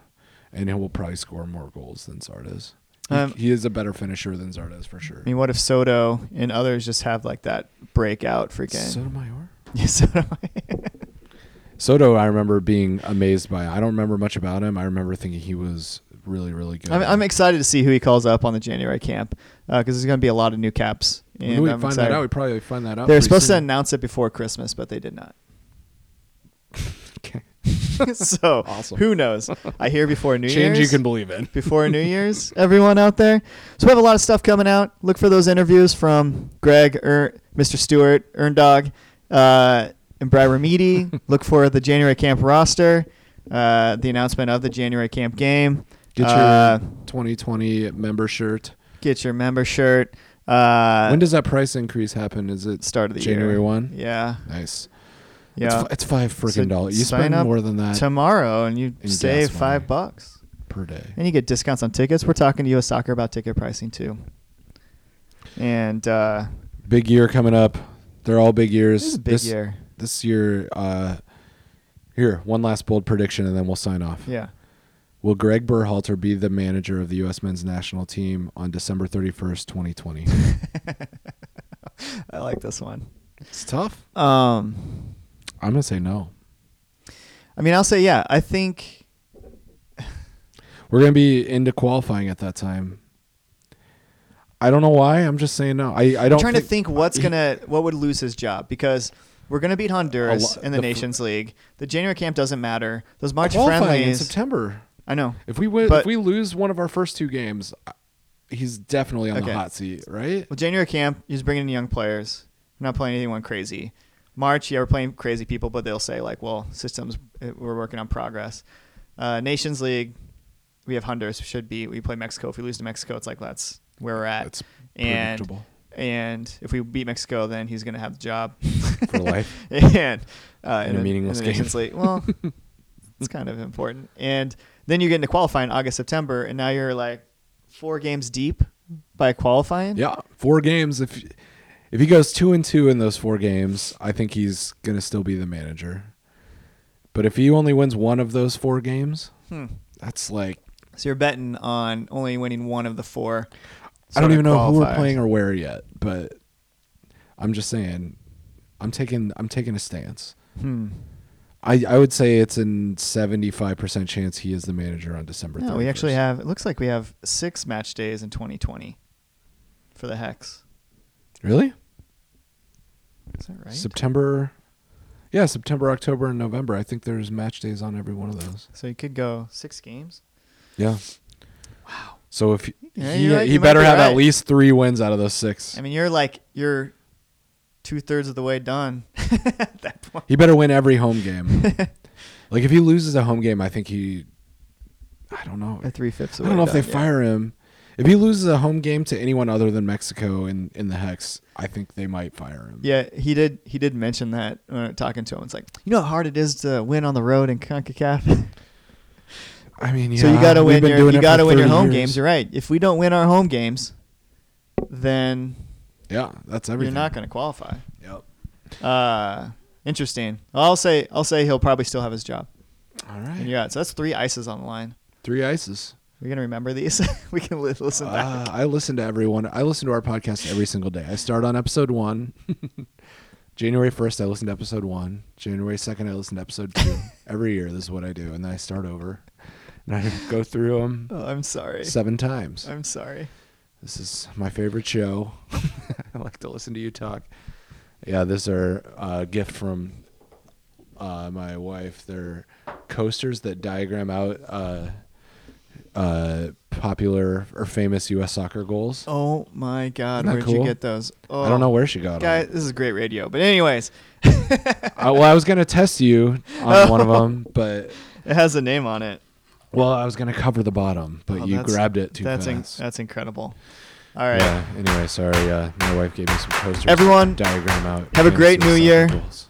A: and he will probably score more goals than Zardes. He,
B: Um,
A: he is a better finisher than Zardes for sure.
B: I mean, what if Soto and others just have like that breakout freaking?
A: Sotomayor.
B: Yeah, Soto.
A: Soto, I remember being amazed by. I don't remember much about him. I remember thinking he was really, really good.
B: I'm, I'm excited to see who he calls up on the January camp because there's going to be a lot of new caps.
A: When
B: And
A: do we
B: I'm
A: find
B: excited.
A: that out? We probably find that out.
B: They were
A: pretty
B: supposed to
A: soon.
B: announce it before Christmas, but they did not.
A: Okay.
B: so
A: Awesome.
B: who knows? I hear before New
A: change
B: Year's.
A: you can believe in.
B: before New Year's, everyone out there. So we have a lot of stuff coming out. Look for those interviews from Greg, er, Mr. Stewart, Erndog, uh, and Brad Remedy. Look for the January camp roster, uh, the announcement of the January camp game.
A: Get your
B: Uh,
A: 2020 member shirt.
B: get your member shirt. Uh,
A: when does that price increase happen? Is it
B: start of the
A: January
B: year.
A: one?
B: Yeah,
A: Nice. It's,
B: yeah.
A: fi- it's five freaking
B: So
A: dollars. You
B: sign
A: spend
B: up
A: more than that
B: Tomorrow, and you
A: in
B: save
A: gas
B: five
A: money.
B: bucks,
A: per day.
B: and you get discounts on tickets. We're talking to U.S. Soccer about ticket pricing too, and. Uh,
A: Big year coming up. They're all big years.
B: This is a big year.
A: This year, uh, here one last bold prediction, and then we'll sign off.
B: Yeah.
A: Will Greg Berhalter be the manager of the U.S. men's national team on December 31st, 2020?
B: I like this one.
A: it's tough.
B: Um,
A: I'm gonna say no.
B: I mean, I'll say yeah. I think
A: We're gonna be into qualifying at that time. I don't know why. I'm just saying no. I, I don't.
B: I'm trying to think what's gonna what would lose his job because we're gonna beat Honduras
A: A lo-
B: in the,
A: the fr-
B: Nations League. The January camp doesn't matter. Those March
A: qualifying in
B: friendlies.
A: September.
B: I know.
A: If we win,
B: But-
A: if we lose one of our first two games, I- he's definitely on
B: Okay.
A: the hot seat, right?
B: Well, January camp, he's bringing in young players. We're not playing anyone crazy. March, yeah, we're playing crazy people, but they'll say like, well, systems, uh, we're working on progress. Uh, Nations League, we have Honduras. we Should be we play Mexico. If we lose to Mexico, it's like that's where we're at.
A: That's
B: and
A: predictable.
B: and if we beat Mexico, then he's gonna have the job
A: For life.
B: and uh,
A: In
B: in
A: a
B: the-
A: meaningless
B: in the
A: game.
B: Nations League. Well, it's kind of important. And then you get into qualifying August September, and now you're like four games deep by qualifying.
A: Yeah, four games. If if he goes two and two in those four games, I think he's gonna still be the manager. But if he only wins one of those four games,
B: Hmm.
A: that's like
B: So you're betting on only winning one of the four.
A: I don't
B: sort of
A: even know who we're
B: qualifiers.
A: playing or where yet. But I'm just saying, I'm taking I'm taking a stance.
B: Hmm.
A: I, I would say it's an 75% chance he is the manager on December 31st.
B: No, we actually have. It looks like we have six match days in 2020 for the hex.
A: Really?
B: Is that right?
A: September. Yeah, September, October, and November. I think there's match days on every one of those.
B: so you could go six games.
A: Yeah. Wow. So if
B: Yeah,
A: he,
B: you're right,
A: he
B: you might
A: better
B: be
A: have
B: right.
A: at least three wins out of those six.
B: I mean, you're like you're two thirds of the way done at that point.
A: he better win every home game. like if he loses a home game, I think he. I don't know.
B: Or three fifths.
A: I don't know if they fire him. If he loses a home game to anyone other than Mexico in, in the hex, I think they might fire him.
B: Yeah, he did. He did mention that uh, talking to him. It's like you know how hard it is to win on the road in Concacaf.
A: I mean, yeah.
B: so you got to
A: we've
B: win
A: been
B: your
A: doing
B: you
A: it
B: got to
A: for
B: win your
A: 30
B: home
A: years.
B: games. You're right. If we don't win our home games, then
A: Yeah, that's everything.
B: you're not going to qualify.
A: Yep.
B: Uh, interesting. I'll say I'll say he'll probably still have his job.
A: All
B: And
A: right.
B: you're out. So that's three ices on the line.
A: Three ices.
B: We're gonna remember these. we can li- listen
A: Uh,
B: back.
A: I listen to everyone. I listen to our podcast every single day. I start on episode one. January 1st, I listen to episode one. January 2nd, I listen to episode two. every year, this is what I do. And then I start over and I go through them
B: Oh, I'm sorry.
A: seven times.
B: I'm sorry.
A: This is my favorite show. I like to listen to you talk. Yeah, this are a gift from uh, my wife. They're coasters that diagram out uh, uh, popular or famous U.S. soccer goals.
B: Oh my God,
A: Isn't that
B: where'd
A: cool?
B: you get those? Oh,
A: I don't know where she got
B: Guys,
A: them.
B: this is great radio. But anyways,
A: I, well, I was gonna test you on one of them, but
B: it has a name on it.
A: well, I was gonna cover the bottom, but
B: Oh,
A: you
B: that's-
A: grabbed it too
B: that's in-
A: fast.
B: that's incredible. All right.
A: Yeah. Anyway, sorry. Uh, my wife gave me some coasters.
B: Everyone,
A: to diagram out.
B: have a great
A: famous soccer
B: new year.
A: goals.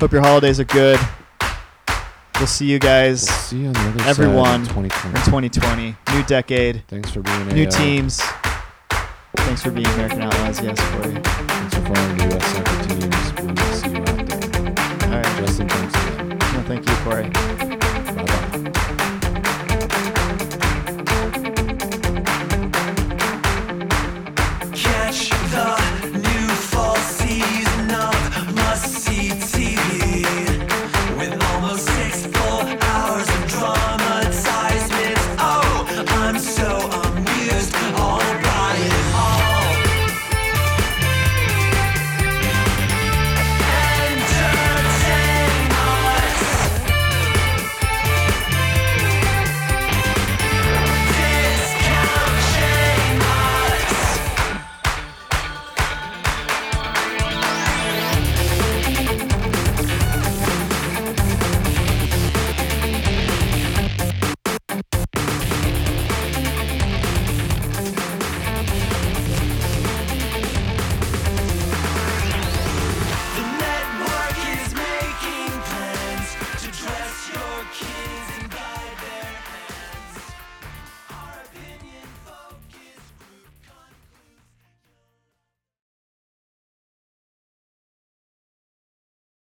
B: Hope your holidays are good. We'll see you guys
A: We'll see you on the other
B: Everyone.
A: side. Everyone,
B: in 2020. New decade,
A: Thanks for being
B: new
A: a, uh,
B: teams. Thanks for being American Outlaws. Yes, for you.
A: Thanks for following the U.S. soccer teams. We'll see you out there.
B: All right.
A: Justin, thanks.
B: No, thank you, Corey.